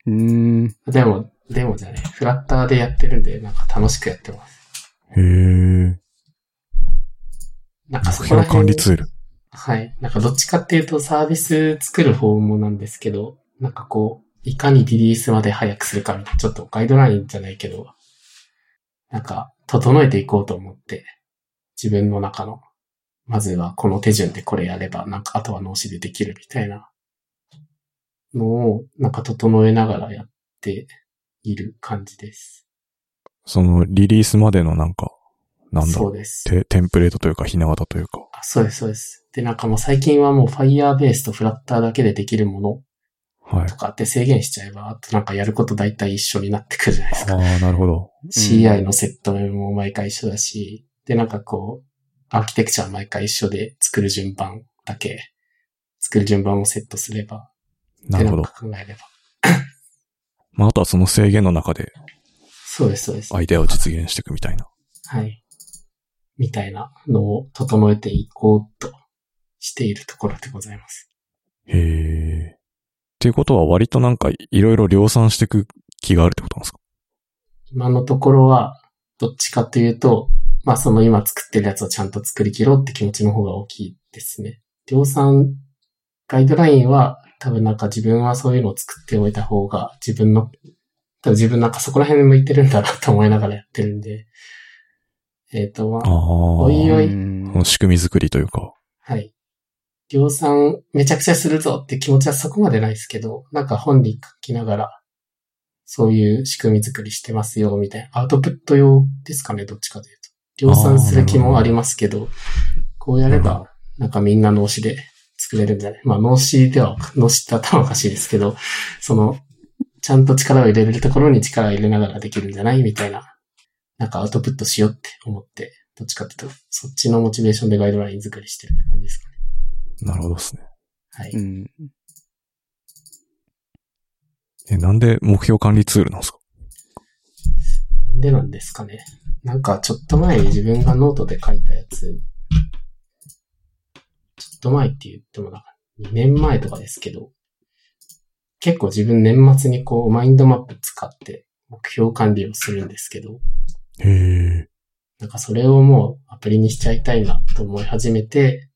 [SPEAKER 2] ーん。
[SPEAKER 3] な。でも、でもじゃない。フラッターでやってるんで、なんか楽しくやってます。
[SPEAKER 1] へえ。
[SPEAKER 3] なんか
[SPEAKER 1] 目
[SPEAKER 3] そこ
[SPEAKER 1] 標
[SPEAKER 3] ら辺
[SPEAKER 1] 管理ツール。
[SPEAKER 3] はい。なんかどっちかっていうとサービス作る方もなんですけど、なんかこう、いかにリリースまで早くするかみたいな、ちょっとガイドラインじゃないけど、なんか整えていこうと思って、自分の中の、まずはこの手順でこれやれば、なんかあとは脳死でできるみたいなのを、なんか整えながらやっている感じです。
[SPEAKER 1] その、リリースまでのなんか、なんだろ
[SPEAKER 3] そううです。
[SPEAKER 1] テテンプレートというか、ひな形というか。
[SPEAKER 3] あそうです、そうです。で、なんかもう最近はもう Firebase と Flutter だけでできるもの
[SPEAKER 1] はい
[SPEAKER 3] と。かって制限しちゃえば、あとなんかやること大体一緒になってくるじゃないです
[SPEAKER 1] あ
[SPEAKER 3] か。
[SPEAKER 1] あ、なるほど。
[SPEAKER 3] CI のセット面も毎回一緒だし、で、なんかこう、アーキテクチャは毎回一緒で作る順番だけ、作る順番をセットすれば、
[SPEAKER 1] なるほど
[SPEAKER 3] で <laughs> ん。か考えれば。
[SPEAKER 1] まあ、あとはその制限の中で
[SPEAKER 3] そうです、そうです。
[SPEAKER 1] アイデアを実現していくみたいな。
[SPEAKER 3] はい。みたいなのを整えていこうとしているところでございます。
[SPEAKER 1] へえ。っていうことは割となんかいろいろ量産していく気があるってことなんですか
[SPEAKER 3] 今のところは、どっちかというと、まあその今作ってるやつをちゃんと作り切ろうって気持ちの方が大きいですね。量産ガイドラインは多分なんか自分はそういうのを作っておいた方が自分の、多分自分なんかそこら辺向いてるんだなと思いながらやってるんで、えっ、とま
[SPEAKER 1] あ
[SPEAKER 3] あ、おい
[SPEAKER 1] あ。
[SPEAKER 3] おい
[SPEAKER 2] うん
[SPEAKER 1] この仕組み作りというか。
[SPEAKER 3] はい。量産めちゃくちゃするぞって気持ちはそこまでないですけど、なんか本に書きながら、そういう仕組み作りしてますよ、みたいな。アウトプット用ですかね、どっちかというと。量産する気もありますけど、こうやれ
[SPEAKER 1] なるほ
[SPEAKER 3] ば、なんかみんな脳死で作れるんじゃないまあ脳死では、脳死って頭おかしいですけど、その、ちゃんと力を入れれるところに力を入れながらできるんじゃないみたいな。なんかアウトプットしようって思って、どっちかっていうと、そっちのモチベーションでガイドライン作りしてる感じですかね。
[SPEAKER 1] なるほどですね。
[SPEAKER 3] はい。
[SPEAKER 2] うん。
[SPEAKER 1] え、なんで目標管理ツールなんですか
[SPEAKER 3] でなんですかね。なんか、ちょっと前に自分がノートで書いたやつ、ちょっと前って言ってもなんか、2年前とかですけど、結構自分年末にこう、マインドマップ使って目標管理をするんですけど、
[SPEAKER 1] へえ。
[SPEAKER 3] なんかそれをもうアプリにしちゃいたいなと思い始めて、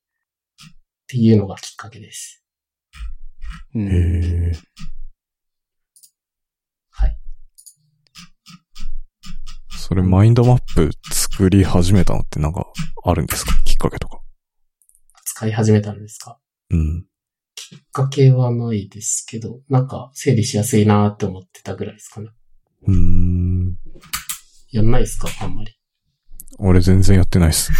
[SPEAKER 3] っていうのがきっかけです。
[SPEAKER 2] う
[SPEAKER 1] へ
[SPEAKER 2] ん。
[SPEAKER 1] え。
[SPEAKER 3] はい。
[SPEAKER 1] それマインドマップ作り始めたのってなんかあるんですかきっかけとか。
[SPEAKER 3] 使い始めたんですか
[SPEAKER 1] うん。
[SPEAKER 3] きっかけはないですけど、なんか整理しやすいなーって思ってたぐらいですかね。
[SPEAKER 1] うーん。
[SPEAKER 3] やんないですかあんまり。
[SPEAKER 1] 俺全然やってないっす。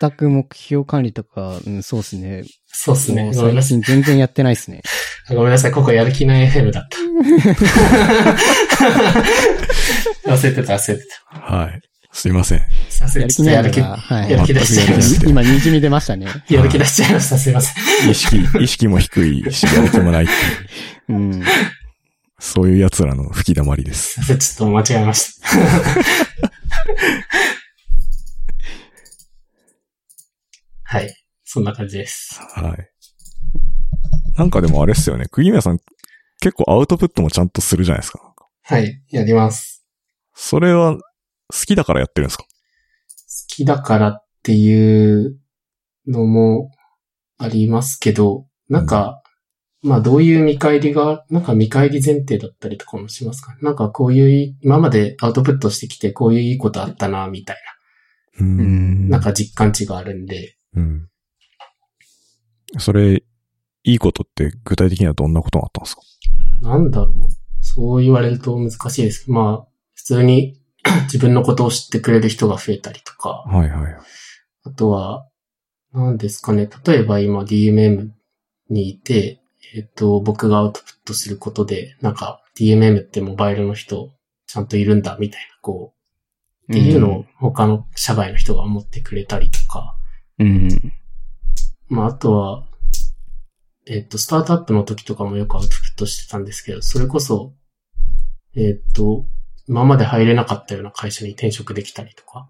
[SPEAKER 2] 全く目標管理とか、うん、そうですね。
[SPEAKER 3] <laughs> そうっす
[SPEAKER 2] も
[SPEAKER 3] ね。
[SPEAKER 2] う
[SPEAKER 3] ごめんな
[SPEAKER 2] 最
[SPEAKER 3] さい。
[SPEAKER 2] 近全然やってないです
[SPEAKER 3] <laughs>
[SPEAKER 2] ね。
[SPEAKER 3] ごめんなさい。ここやる気ない FM だった。忘れてた、忘れて
[SPEAKER 1] はい。すいません。
[SPEAKER 3] た。すいません。ちょっとや
[SPEAKER 2] や
[SPEAKER 3] る
[SPEAKER 2] る
[SPEAKER 3] 気
[SPEAKER 2] 気、ない
[SPEAKER 3] や
[SPEAKER 2] の
[SPEAKER 3] る
[SPEAKER 2] が
[SPEAKER 3] 気出しちゃい
[SPEAKER 1] 全
[SPEAKER 3] ま
[SPEAKER 1] く
[SPEAKER 3] し
[SPEAKER 1] や
[SPEAKER 3] た。
[SPEAKER 1] る
[SPEAKER 2] 今、にじみ出ましたね。
[SPEAKER 3] やる気出しちゃいました。すいません。
[SPEAKER 1] 意識、意識も低いし、やれてもないっていう、
[SPEAKER 2] うん。
[SPEAKER 1] そういう奴らの吹き溜まりです
[SPEAKER 3] すい。ません。ちょっと間違えました。はい。そんな感じです。
[SPEAKER 1] はい。なんかでもあれっすよね。釘宮さん、結構アウトプットもちゃんとするじゃないですか。
[SPEAKER 3] はい。やります。
[SPEAKER 1] それは、好きだからやってるんですか
[SPEAKER 3] 好きだからっていうのもありますけど、なんか、まあどういう見返りが、なんか見返り前提だったりとかもしますかなんかこういうい、今までアウトプットしてきてこういういいことあったな、みたいう
[SPEAKER 1] ーん
[SPEAKER 3] な、なんか実感値があるんで、
[SPEAKER 1] うん。それ、いいことって具体的にはどんなことがあったんですか
[SPEAKER 3] なんだろう。そう言われると難しいですけど、まあ、普通に <clears throat> 自分のことを知ってくれる人が増えたりとか、
[SPEAKER 1] はいはい。
[SPEAKER 3] あとは、何ですかね。例えば今 DMM にいて、えっ、と、僕がアウトプットすることで、なんか DMM ってモバイルの人、ちゃんといるんだ、みたいな、こう、っていうのを他の社外の人が思ってくれたりとか、
[SPEAKER 2] うん。
[SPEAKER 3] まあ、あとは、えっと、スタートアップの時とかもよくアウトプットしてたんですけど、それこそ、えっと、今まで入れなかったような会社に転職できたりとか、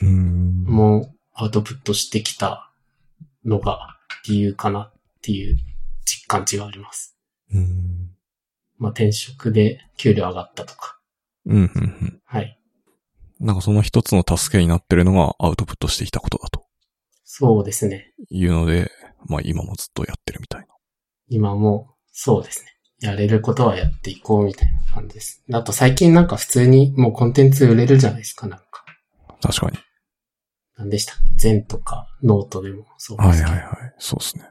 [SPEAKER 1] うん。
[SPEAKER 3] もうアウトプットしてきたのが理由かなっていう実感値があります。
[SPEAKER 1] うん。
[SPEAKER 3] まあ、転職で給料上がったとか。
[SPEAKER 1] うん、うん、うん。
[SPEAKER 3] はい。
[SPEAKER 1] なんかその一つの助けになってるのがアウトプットしてきたことだと
[SPEAKER 3] そうですね。
[SPEAKER 1] いうので、まあ今もずっとやってるみたい
[SPEAKER 3] 今も、そうですね。やれることはやっていこうみたいな感じです。あと最近なんか普通にもうコンテンツ売れるじゃないですか、なんか。
[SPEAKER 1] な。確かに。
[SPEAKER 3] なんでしたっけ全とかノートでもそうで
[SPEAKER 1] はい
[SPEAKER 3] すけど、
[SPEAKER 1] はいはい。そうですね。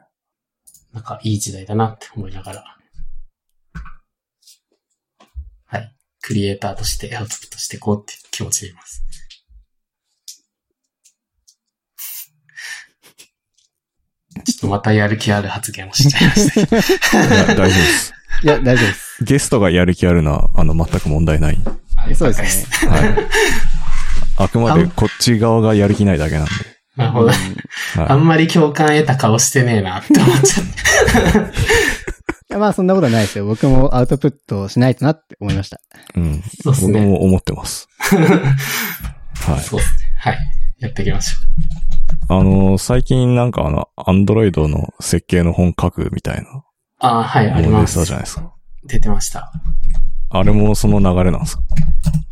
[SPEAKER 3] なんかいい時代だなって思いながら。はい。クリエイターとしてアウトプットしていこうって気持ちでいます。 <laughs> ちょっとまたやる気ある発言をしちゃいましたけ
[SPEAKER 1] <laughs> いや、大丈夫
[SPEAKER 3] ど。
[SPEAKER 1] です。
[SPEAKER 2] いや、大丈夫
[SPEAKER 3] <laughs>
[SPEAKER 2] です。
[SPEAKER 1] ゲストがやる気あるのは、あの、全く問題ない。 <laughs>
[SPEAKER 3] はい
[SPEAKER 2] そうですね。
[SPEAKER 1] はい。あくまでこっち側がやる気ないだけなんで。
[SPEAKER 3] なるほ
[SPEAKER 2] う
[SPEAKER 3] ど。
[SPEAKER 2] ん
[SPEAKER 3] あ
[SPEAKER 1] は
[SPEAKER 3] んまり共感得た顔してねえなって思っちゃって。
[SPEAKER 2] いやまあそんなことはないですよ。僕もアウトプットしないとなって思いました。
[SPEAKER 1] い。うん。
[SPEAKER 3] そうっすね
[SPEAKER 1] 僕も思ってます。はい。
[SPEAKER 3] そうですね。はい。やっていきましょ
[SPEAKER 1] あの、最近なんかあの、アンドロイドの設計の本書くみたいな、
[SPEAKER 3] う。ああ、はい、あり
[SPEAKER 1] もう出
[SPEAKER 3] ま
[SPEAKER 1] てた
[SPEAKER 3] す
[SPEAKER 1] じゃ。ないですか。
[SPEAKER 3] 出てました。
[SPEAKER 1] あれもその流れなんですか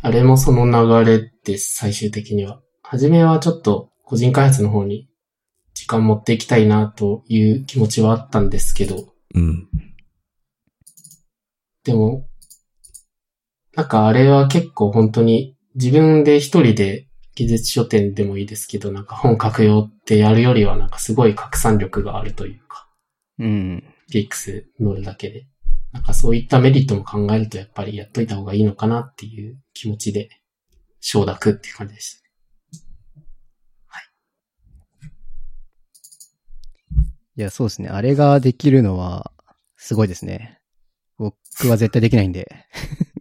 [SPEAKER 3] あれもその流れです、最終的には。初めはちょっと個人開発の方に時間持っていきたいなという気持ちはあったんですけど、
[SPEAKER 1] うん。
[SPEAKER 3] でも、なんかあれは結構本当に自分で一人で技術書店でもいいですけど、なんか本書くよってやるよりはなんかすごい拡散力があるというか。
[SPEAKER 2] うん。
[SPEAKER 3] DX 乗るだけで。なんかそういったメリットも考えるとやっぱりやっといた方がいいのかなっていう気持ちで承諾っていう感じでした。
[SPEAKER 2] いや、そうですね。あれができるのは、すごいですね。僕は絶対できないんで。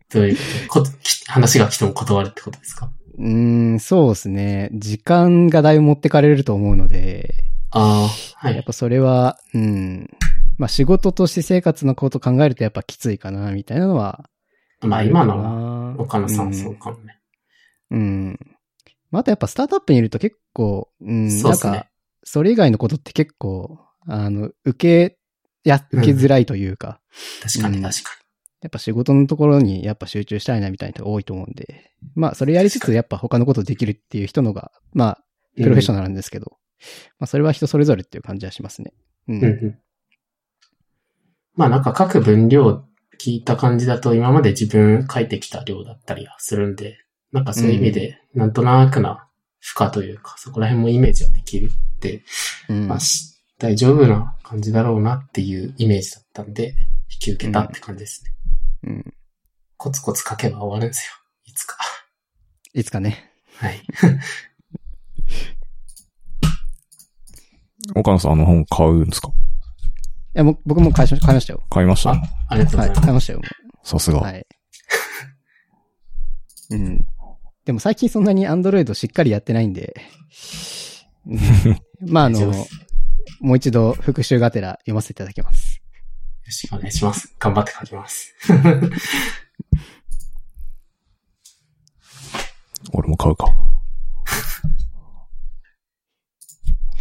[SPEAKER 3] ということでこき話が来ても断るってことですか
[SPEAKER 2] うーん、そうですね。時間がだいぶ持ってかれると思うので、
[SPEAKER 3] ああ、は
[SPEAKER 2] やっ
[SPEAKER 3] い。
[SPEAKER 2] ぱそれは、うん。まあ仕事と私生活のこと考えるとやっぱきついかな、みたいなのは
[SPEAKER 3] まあ
[SPEAKER 2] る
[SPEAKER 3] 今
[SPEAKER 2] かな。
[SPEAKER 3] のは岡野さんそうかもね。
[SPEAKER 2] うん。まあ、あとやっぱスタートアップにいると結構、うん、
[SPEAKER 3] そう
[SPEAKER 2] な
[SPEAKER 3] っ
[SPEAKER 2] ん
[SPEAKER 3] すね
[SPEAKER 2] か、それ以外のことって結構、あの、受け、や、受けづらいというか、
[SPEAKER 3] 確か
[SPEAKER 2] う
[SPEAKER 3] に
[SPEAKER 2] ん
[SPEAKER 3] 確か
[SPEAKER 2] やっぱ仕事のところにやっぱ集中したいなみたいな人が多いと思うんで、まあ、それやりつつやっぱ他のことできるっていう人のが、まあ、
[SPEAKER 3] に。
[SPEAKER 2] プロフェッショ
[SPEAKER 3] ナ
[SPEAKER 2] ナルなんですけど、まあ、それは人それぞれっていう感じはしますね。うん。
[SPEAKER 3] うんうん。まあなんか各分量聞いた感じだと今まで自分書いてきた量だったりはするんで、なんかそういう意味でなんとなくな負荷というか、そこら辺もイメージはできるって
[SPEAKER 2] うん
[SPEAKER 3] まあ、し大丈夫な感じだろうなっていうイメージだったんで、引き受けたって感じですね。
[SPEAKER 2] うん
[SPEAKER 3] コツコツ書けば終わるんですよ。いつか。
[SPEAKER 2] いつかね。
[SPEAKER 3] はい。
[SPEAKER 1] 岡野さんあの本買うんですか
[SPEAKER 2] いや、もう僕も買いま買いましたよ。
[SPEAKER 1] 買いました
[SPEAKER 3] ありがとうご
[SPEAKER 2] はい、
[SPEAKER 3] ざいます。
[SPEAKER 2] 買いましたよ。もう
[SPEAKER 1] さすが。
[SPEAKER 2] はい。うん。でも最近そんなに Android しっかりやってないんで、うんまああ
[SPEAKER 3] 大丈夫
[SPEAKER 2] の
[SPEAKER 3] ですよ、
[SPEAKER 2] もう一度復習がてら読ませていただきます。
[SPEAKER 3] ろしくお願いします。頑張って書きます。
[SPEAKER 1] 俺も買うか。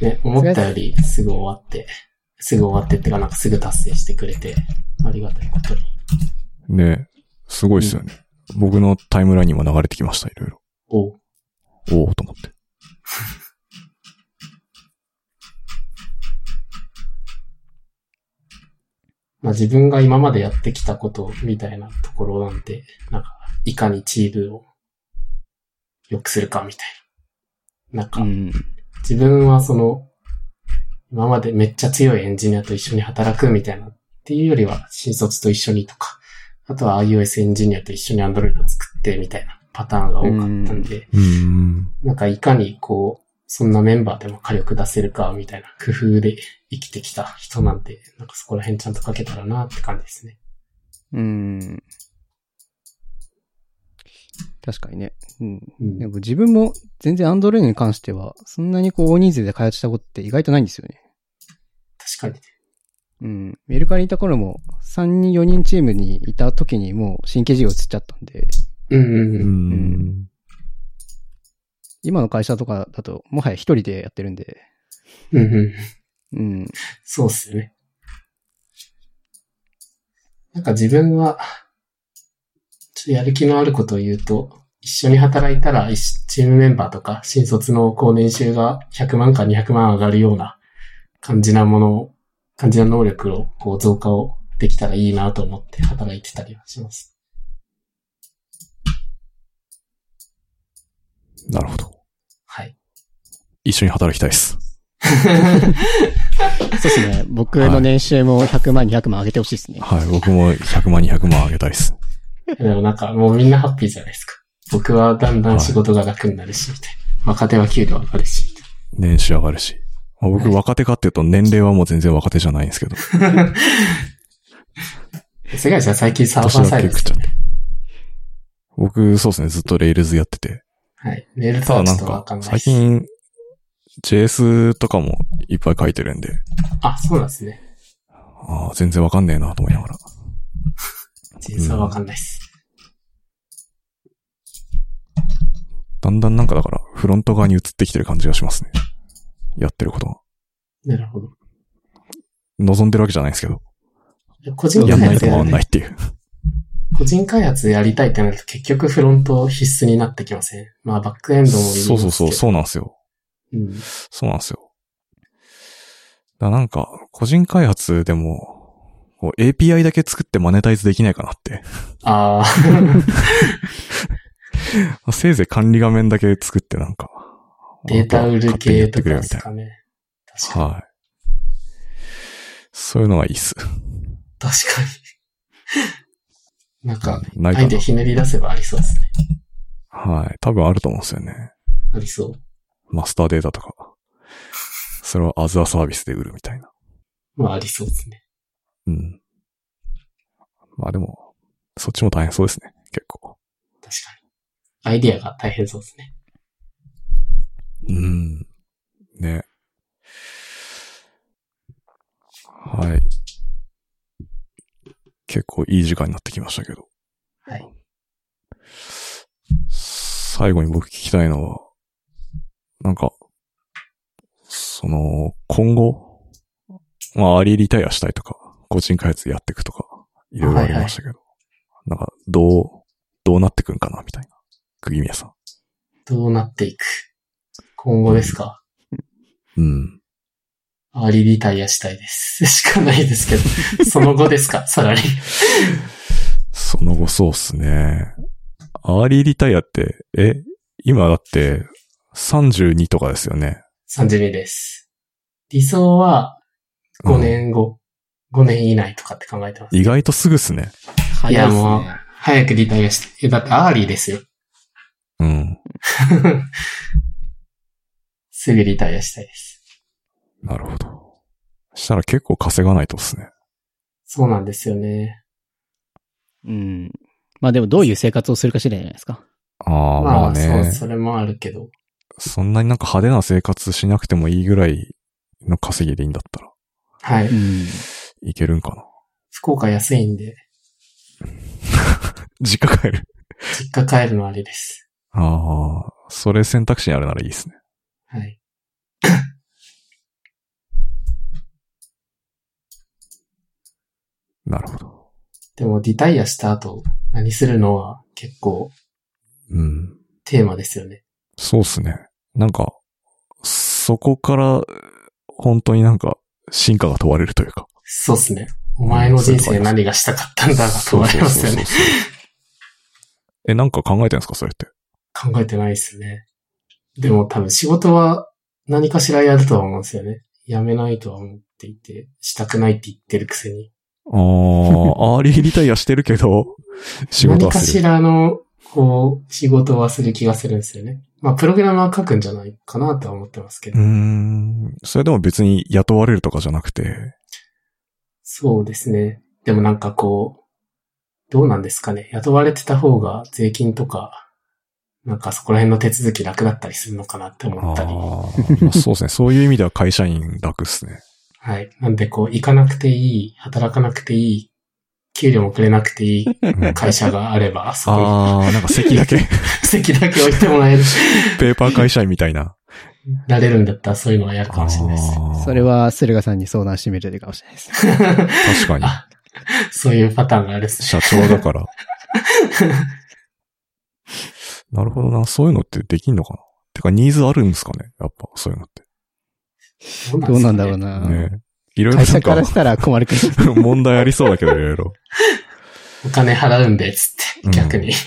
[SPEAKER 3] ね、思ったよりすぐ終わって、すぐ終わってってか、なんかすぐ達成してくれて、ありがたいことに。
[SPEAKER 1] ねすごいですよね。僕のタイムラインにも流れてきました、いろいろ。
[SPEAKER 3] おう
[SPEAKER 1] おおと思って。
[SPEAKER 3] まあ自分が今までやってきたことみたいなところなんで、なんか、いかにチームを良くするかみたいな。なんか
[SPEAKER 2] う、ん。
[SPEAKER 3] 自分はその、今までめっちゃ強いエンジニアと一緒に働くみたいなっていうよりは、新卒と一緒にとか、あとは iOS エンジニアと一緒に Android を作ってみたいなパターンが多かったんで、
[SPEAKER 1] うーん。
[SPEAKER 3] なんかいかにこう、そんなメンバーでも火力出せるかみたいな工夫で生きてきた人なんで、なんかそこら辺ちゃんと書けたらなって感じですね。
[SPEAKER 2] うん。確かにね。うん。
[SPEAKER 3] うん
[SPEAKER 2] でも自分も全然 Android に関しては、そんなにこう大人数で開発したことって意外とないんですよね。
[SPEAKER 3] 確かにね。
[SPEAKER 2] うん。メルカリにいた頃も、3人4人チームにいた時にもう新規事業移っちゃったんで、
[SPEAKER 3] うんうん
[SPEAKER 1] う
[SPEAKER 3] うん。
[SPEAKER 1] ん。
[SPEAKER 2] 今の会社とかだと、もはや一人でやってるんで、
[SPEAKER 3] うんうん。
[SPEAKER 2] うん。
[SPEAKER 3] そうっすよね。なんか自分は、ちょっとやる気のあることを言うと、一緒に働いたら、一チームメンバーとか、新卒の高年収が100万か200万上がるような感じなものを、感じな能力を、こう、増加をできたらいいなと思って働いてたりはします。
[SPEAKER 1] なるほど。
[SPEAKER 3] はい。 <laughs>
[SPEAKER 1] 一緒に働きたいです。
[SPEAKER 2] そうですね。僕の年収も100万、200万上げてほしいですね。
[SPEAKER 1] はい。僕も100万、200万あげたいです。
[SPEAKER 3] でもなんか、もうみんなハッピーじゃないですか。僕はだんだん仕事が楽になるし、みたいな。若手は給料上がるし、みたいな。
[SPEAKER 1] 年収上がるし。まあ僕、若手かっていうと年齢はもう全然若手じゃないん
[SPEAKER 3] <laughs>
[SPEAKER 1] ですけど。
[SPEAKER 3] 世界じゃ最近サーバ
[SPEAKER 1] 年
[SPEAKER 3] ー
[SPEAKER 1] の
[SPEAKER 3] サイド
[SPEAKER 1] 計
[SPEAKER 3] です
[SPEAKER 1] 食っち
[SPEAKER 3] よ
[SPEAKER 1] ゃっ
[SPEAKER 3] ね
[SPEAKER 1] て。僕、そうですね。ずっとレイルズやってて。
[SPEAKER 3] はい。メールと
[SPEAKER 1] ただ
[SPEAKER 3] はち
[SPEAKER 1] な
[SPEAKER 3] ょ
[SPEAKER 1] ん
[SPEAKER 3] っとわ
[SPEAKER 1] か
[SPEAKER 3] かん、ないで
[SPEAKER 1] 最
[SPEAKER 3] す。
[SPEAKER 1] 近、JS とかもいっぱい書いてるんで、
[SPEAKER 3] あ、そうなんですね。
[SPEAKER 1] ああ、全然わかんねえなと思いながら。
[SPEAKER 3] 実はわかんないです。
[SPEAKER 1] だんだんなんかだから、フロント側に移ってきてる感じがしますね。やってることが。
[SPEAKER 3] なるほど。
[SPEAKER 1] 望んでるわけじゃないですけど、
[SPEAKER 3] 個人
[SPEAKER 1] やん
[SPEAKER 3] 開
[SPEAKER 1] ない
[SPEAKER 3] 発
[SPEAKER 1] と
[SPEAKER 3] や
[SPEAKER 1] 回
[SPEAKER 3] り
[SPEAKER 1] ん
[SPEAKER 3] た。
[SPEAKER 1] ないいっていう。
[SPEAKER 3] 個人開発やりたいってなると結局フロント必須になってきません。まあバックエンドもいりますけ
[SPEAKER 1] そ
[SPEAKER 3] ど
[SPEAKER 1] うそうそう、そうなんですよ。
[SPEAKER 3] うん。
[SPEAKER 1] そうなんですよ。だなんか、個人開発でも、こう API だけ作ってマネタイズできないかなって。
[SPEAKER 3] あ
[SPEAKER 1] <laughs>
[SPEAKER 3] あ、
[SPEAKER 1] せいぜい管理画面だけ作ってなんか。
[SPEAKER 3] データ売る
[SPEAKER 1] 勝手にや
[SPEAKER 3] 系
[SPEAKER 1] って
[SPEAKER 3] と
[SPEAKER 1] く
[SPEAKER 3] か
[SPEAKER 1] れよ
[SPEAKER 3] で
[SPEAKER 1] み
[SPEAKER 3] す
[SPEAKER 1] たい
[SPEAKER 3] かね。確か
[SPEAKER 1] な。はい。そういうのはいいっす。
[SPEAKER 3] に。確かに。なんか、
[SPEAKER 1] ない
[SPEAKER 3] ア
[SPEAKER 1] か
[SPEAKER 3] イデア
[SPEAKER 1] な。
[SPEAKER 3] ひねり出せばありそうですね。
[SPEAKER 1] はい。多分あると思うんですよね。
[SPEAKER 3] ありそう。
[SPEAKER 1] マスターデータとか。それをアズアサービスで売るみたいな。
[SPEAKER 3] まあありそうですね。
[SPEAKER 1] うん。まあでも、そっちも大変そうですね。結構。
[SPEAKER 3] 確かに。アイデアが大変そうですね。
[SPEAKER 1] うん。ね。はい。結構いい時間になってきましたけど。
[SPEAKER 3] はい。
[SPEAKER 1] 最後に僕聞きたいのは、なんか、その、今後、まあ、アリリタイアしたいとか、個人開発やっていくとか、いろいろありましたけど、なんか、どう、どうなってくんかな、みたいな。釘宮さ
[SPEAKER 3] どうなっていく今後ですか、
[SPEAKER 1] ん。うん。
[SPEAKER 3] アーリーリタイアしたいです。 <laughs> しかないですけ
[SPEAKER 1] <laughs>
[SPEAKER 3] ど。その後ですか、さらに。
[SPEAKER 1] その後そうっすね。アーリーリタイアって、え、今だって、32とかですよね。
[SPEAKER 3] 32です。理想は
[SPEAKER 1] うん
[SPEAKER 3] 5年後、5年以内とかって考えてます。
[SPEAKER 1] 意外とすぐっすね。
[SPEAKER 2] 早
[SPEAKER 3] いや
[SPEAKER 2] っすね
[SPEAKER 3] もう早くリタイアして、えだってアーリーですよ。 <laughs>
[SPEAKER 1] うん。
[SPEAKER 3] すぐリタイアしたいです。
[SPEAKER 1] なるほど。したら結構稼がないとっすね。
[SPEAKER 3] そうなんですよね。
[SPEAKER 2] うん。まあでもどういう生活をするか次第じゃないですか。
[SPEAKER 1] ああ、まあね。
[SPEAKER 3] そう、それもあるけど。
[SPEAKER 1] そんなになんか派手な生活しなくてもいいぐらいの稼ぎでいいんだったら
[SPEAKER 3] は
[SPEAKER 2] う
[SPEAKER 3] い。
[SPEAKER 2] ん。
[SPEAKER 1] いけるんかな。
[SPEAKER 3] 福岡安いんで、
[SPEAKER 1] 実家帰る。
[SPEAKER 3] 実家帰るのあれです。
[SPEAKER 1] ああ、それ選択肢にあるならいいですね。
[SPEAKER 3] はい。
[SPEAKER 1] なるほど。
[SPEAKER 3] でもリタイアした後、何するのは結構
[SPEAKER 1] うん。
[SPEAKER 3] テーマですよね。
[SPEAKER 1] そうっすね。なんか、そこから、本当になんか、進化が問われるというか。
[SPEAKER 3] そうっすね。お前の人生何がしたかったんだがと
[SPEAKER 1] そう
[SPEAKER 3] 思い
[SPEAKER 1] そう
[SPEAKER 3] ま
[SPEAKER 1] そ
[SPEAKER 3] す
[SPEAKER 1] う
[SPEAKER 3] よ
[SPEAKER 1] そう
[SPEAKER 3] ね。
[SPEAKER 1] え、なんか考えてるんですかそれって。
[SPEAKER 3] 考えてないですね。でも多分仕事は何かしらやるとは思うんですよね。やめないとは思っていて、したくないって言ってるくせに。
[SPEAKER 1] ああ、アーリーリタイアしてるけど、仕事
[SPEAKER 3] 何
[SPEAKER 1] は
[SPEAKER 3] か
[SPEAKER 1] す
[SPEAKER 3] し
[SPEAKER 1] る。
[SPEAKER 3] らの、こう、仕事はする気がするんですよね。まあ、プログラマー書くんじゃないかなとは思ってますけ
[SPEAKER 1] う
[SPEAKER 3] ど。
[SPEAKER 1] ーん。それでも別に雇われるとかじゃなくて、
[SPEAKER 3] そうですね。でもなんかこう、どうなんですかね。雇われてた方が税金とか、なんかそこら辺の手続き楽だったりするのかなって思
[SPEAKER 1] あ
[SPEAKER 3] ったり。
[SPEAKER 1] あ、まあそうですね。そういう意味では会社員楽っすね。
[SPEAKER 3] はい。なんで、こう、行かなくていい、働かなくていい、給料もくれなくていい会社があ
[SPEAKER 2] <laughs>
[SPEAKER 3] れば、そこ
[SPEAKER 1] あー、なんか席だ
[SPEAKER 3] <laughs>
[SPEAKER 1] け、
[SPEAKER 3] に席だけ置いてもらえる、 <laughs>
[SPEAKER 1] ペーパー会社員みたいな。
[SPEAKER 3] られるんだったらそういうのはやるかもしれないです。
[SPEAKER 1] あー
[SPEAKER 2] それは、駿河さんに相談してみるといいかもしれないで
[SPEAKER 1] 確
[SPEAKER 2] す。
[SPEAKER 1] かに。
[SPEAKER 3] あ <laughs> そういうパターンがあるです
[SPEAKER 1] 社
[SPEAKER 3] ね。
[SPEAKER 1] 長だ <laughs> から。なるほどな。そういうのってできんのかなてか、ニーズあるんですかねやっぱ、そういうのって。
[SPEAKER 2] どうなんだろう
[SPEAKER 3] ね。
[SPEAKER 2] な。
[SPEAKER 1] ねいろいろな
[SPEAKER 2] 会社
[SPEAKER 1] ん
[SPEAKER 2] から
[SPEAKER 1] か、
[SPEAKER 2] したら困るけど。
[SPEAKER 1] <laughs> 問題ありそうだけど、いろいろ。
[SPEAKER 3] お金払うんで、つっ
[SPEAKER 1] うん
[SPEAKER 3] て、逆に。 <laughs>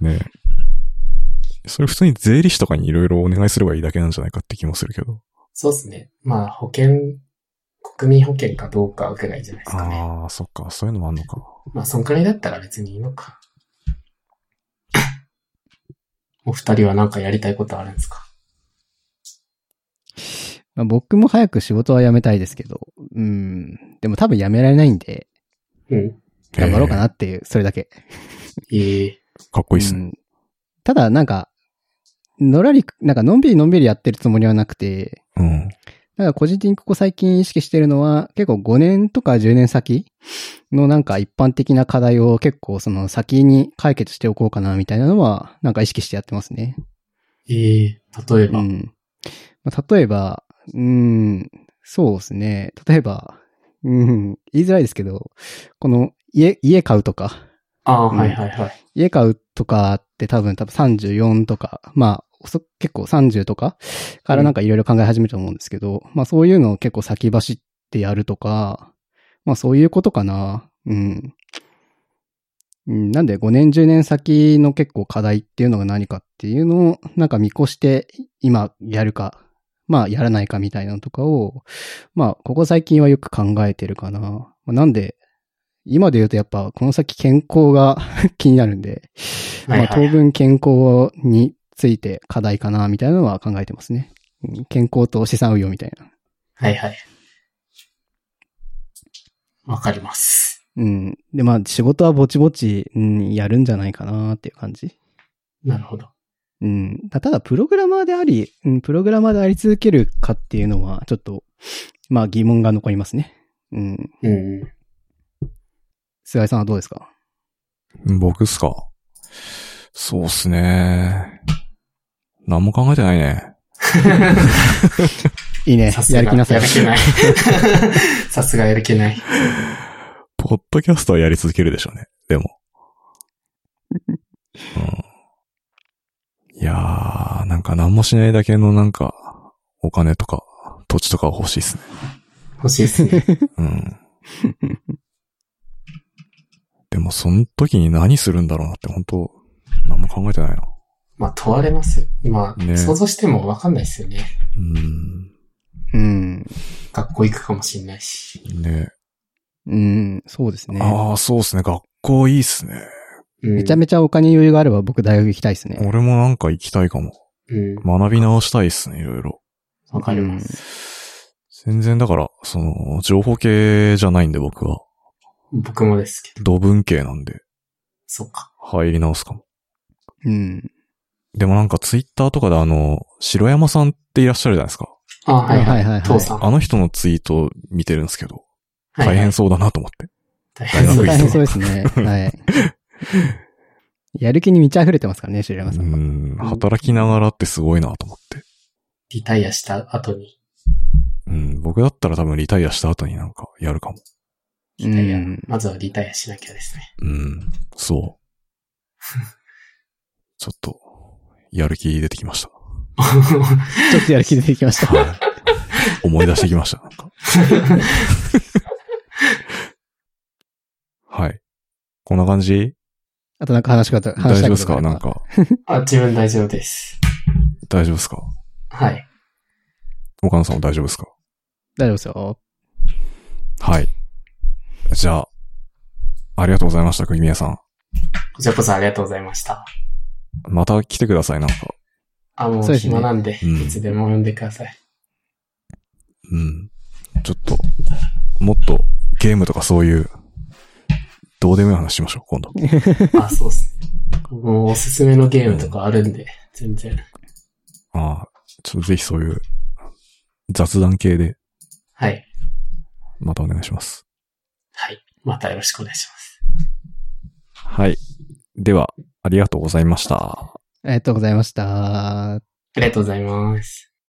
[SPEAKER 1] ねそれ普通に税理士とかにいろいろお願いすればいいだけなんじゃないかって気もするけど。
[SPEAKER 3] そうですね。まあ、保険、国民保険かどうかぐらいじゃないですかね。
[SPEAKER 1] ああ、そっか。そういうのもあんのか。
[SPEAKER 3] まあ、そんくらいだったら別にいいのか。 <laughs> お二人はなんかやりたいことあるんですか
[SPEAKER 2] まあ、僕も早く仕事は辞めたいですけど、うん。でも多分辞められないんで、
[SPEAKER 3] うん。
[SPEAKER 2] 頑張ろうか
[SPEAKER 1] え
[SPEAKER 2] なっていう、それだけ。
[SPEAKER 3] ええ
[SPEAKER 1] ーかっこいいっす
[SPEAKER 2] う
[SPEAKER 1] ね。
[SPEAKER 2] んただ、なんか、のらり、なんかのんびりのんびりやってるつもりはなくて、
[SPEAKER 1] うん。
[SPEAKER 2] なんか個人的にここ最近意識してるのは、結構5年とか10年先のなんか一般的な課題を結構その先に解決しておこうかなみたいなのは、なんか意識してやってますね。
[SPEAKER 3] ええ例えば。
[SPEAKER 2] うん。まあ、例えば、うーん、そうですね。例えば、うん、言いづらいですけど、この家、家買うとか、
[SPEAKER 3] ああ、
[SPEAKER 2] うん
[SPEAKER 3] はいはいはい。
[SPEAKER 2] 家買うとかって多分多分34とか、まあ、遅結構30とかからなんかいろいろ考え始めると思うんですけど、まあそういうのを結構先走ってやるとか、まあそういうことかな。うん。うんなんで5年10年先の結構課題っていうのが何かっていうのをなんか見越して今やるか、まあやらないかみたいなのとかを、まあここ最近はよく考えてるかな。まあなんで今で言うとやっぱこの先健康が <laughs> 気になるんで、
[SPEAKER 3] はいはい
[SPEAKER 2] まあ当分健康について課題かなみたいなのは考えてますね。うん健康と資産運用みたいな。
[SPEAKER 3] はいはい。わかります。
[SPEAKER 2] うん。で、まあ仕事はぼちぼち、うん、やるんじゃないかなっていう感じ。
[SPEAKER 3] なるほど。
[SPEAKER 2] うん。ただ、プログラマーであり、うん、プログラマーであり続けるかっていうのは、ちょっと、まあ疑問が残りますね。うん。
[SPEAKER 3] うん。
[SPEAKER 2] 菅井さんはどうですか
[SPEAKER 1] 僕っすか。そうっすね。何も考えてないね。
[SPEAKER 2] いいね
[SPEAKER 3] さ。すが
[SPEAKER 2] やる気なさい。
[SPEAKER 3] や
[SPEAKER 2] <laughs>
[SPEAKER 3] る気ない。さすがやる気ない。
[SPEAKER 1] ポッドキャストはやり続けるでしょうね。でも。うん、いやー、なんか何もしないだけのなんか、お金とか、土地とかは欲しいっすね。
[SPEAKER 3] 欲しいです
[SPEAKER 2] <laughs>
[SPEAKER 3] ね。
[SPEAKER 1] うん。でもその時に何するんだろうなって本当何も考えてないな。
[SPEAKER 3] まあ、問われます。まあ、
[SPEAKER 1] ね
[SPEAKER 3] 想像してもわかんないですよね。
[SPEAKER 1] うん。
[SPEAKER 2] うん。
[SPEAKER 3] 学校行くかもしれないし。
[SPEAKER 1] ね
[SPEAKER 2] うん。そうですね。
[SPEAKER 1] ああ、そうっすね。学校いいっすね。
[SPEAKER 3] うん、
[SPEAKER 2] めちゃめちゃお金余裕があれば僕大学行きたいですね。
[SPEAKER 1] 俺もなんか行きたいかも。
[SPEAKER 3] うん。
[SPEAKER 1] 学び直したいっすね、いろいろ。
[SPEAKER 3] わかります。
[SPEAKER 1] 全然だから、その、情報系じゃないんで僕は。
[SPEAKER 3] 僕もですけど。
[SPEAKER 1] 土文系なんで、
[SPEAKER 3] そうか。
[SPEAKER 1] 入り直すかも。
[SPEAKER 2] うん。
[SPEAKER 1] でもなんかツイッターとかであの、白山さんっていらっしゃるじゃないですか。
[SPEAKER 3] あ、はいはい。
[SPEAKER 2] はいはいはい
[SPEAKER 3] 父さん。
[SPEAKER 1] あの人のツイート見てるんですけど、
[SPEAKER 3] はいはい
[SPEAKER 1] 大変そうだなと思って。
[SPEAKER 3] 大変そう
[SPEAKER 1] 大
[SPEAKER 2] 大
[SPEAKER 3] で
[SPEAKER 2] 変
[SPEAKER 3] す
[SPEAKER 2] そう
[SPEAKER 3] ね。
[SPEAKER 2] ですね。
[SPEAKER 3] <laughs>
[SPEAKER 2] はい。やる気に満ち溢れてますからね、白山さん
[SPEAKER 1] う
[SPEAKER 2] は。
[SPEAKER 1] ん、働きながらってすごいなと思って。
[SPEAKER 3] リタイアした後に。
[SPEAKER 1] うん、僕だったら多分リタイアした後になんかやるかも。
[SPEAKER 2] う
[SPEAKER 3] リタイア
[SPEAKER 2] ん。
[SPEAKER 3] まずはリタイアしなきゃですね。 <laughs>
[SPEAKER 1] うん、そう。ちょっと、やる気出てきまし。
[SPEAKER 2] ちょっとやる気出てきましたた。
[SPEAKER 1] はい。思い出してきました、なん
[SPEAKER 2] <laughs>
[SPEAKER 1] か。はい。こんな感じ
[SPEAKER 2] あとなんか話し方、
[SPEAKER 1] 大
[SPEAKER 2] 話し
[SPEAKER 1] 丈
[SPEAKER 2] た
[SPEAKER 1] 夫で
[SPEAKER 2] いこと
[SPEAKER 1] す
[SPEAKER 2] があ
[SPEAKER 1] か
[SPEAKER 2] れば
[SPEAKER 1] なん。か、
[SPEAKER 3] あ、自分大丈夫です。
[SPEAKER 1] 大丈夫ですか
[SPEAKER 3] はい。
[SPEAKER 1] 岡野さんも大丈夫ですか
[SPEAKER 2] 大丈夫ですよ。
[SPEAKER 1] はい。じゃあ、ありがとうございました、国宮さん。
[SPEAKER 3] こちらこそありがとうございました。
[SPEAKER 1] また来てください、なんか。
[SPEAKER 3] あ、も
[SPEAKER 2] そううですね
[SPEAKER 3] 暇なんで、
[SPEAKER 1] うん
[SPEAKER 3] いつでも呼んでください。 <laughs>
[SPEAKER 1] うん。ちょっと、もっとゲームとかそういう、どうでもいい話しましょう、今
[SPEAKER 2] <laughs>
[SPEAKER 1] 度。
[SPEAKER 3] あ、そうですね。僕もおすすめのゲームとかあるんで、全然。
[SPEAKER 1] ああ、ちょっとぜひそういう、雑談系で、
[SPEAKER 3] はい。
[SPEAKER 1] またお願いします。
[SPEAKER 3] はい。またよろしくお願いします。
[SPEAKER 1] はい。では、ありがとうございました。
[SPEAKER 2] ありがとうございました。
[SPEAKER 3] ありがとうございます。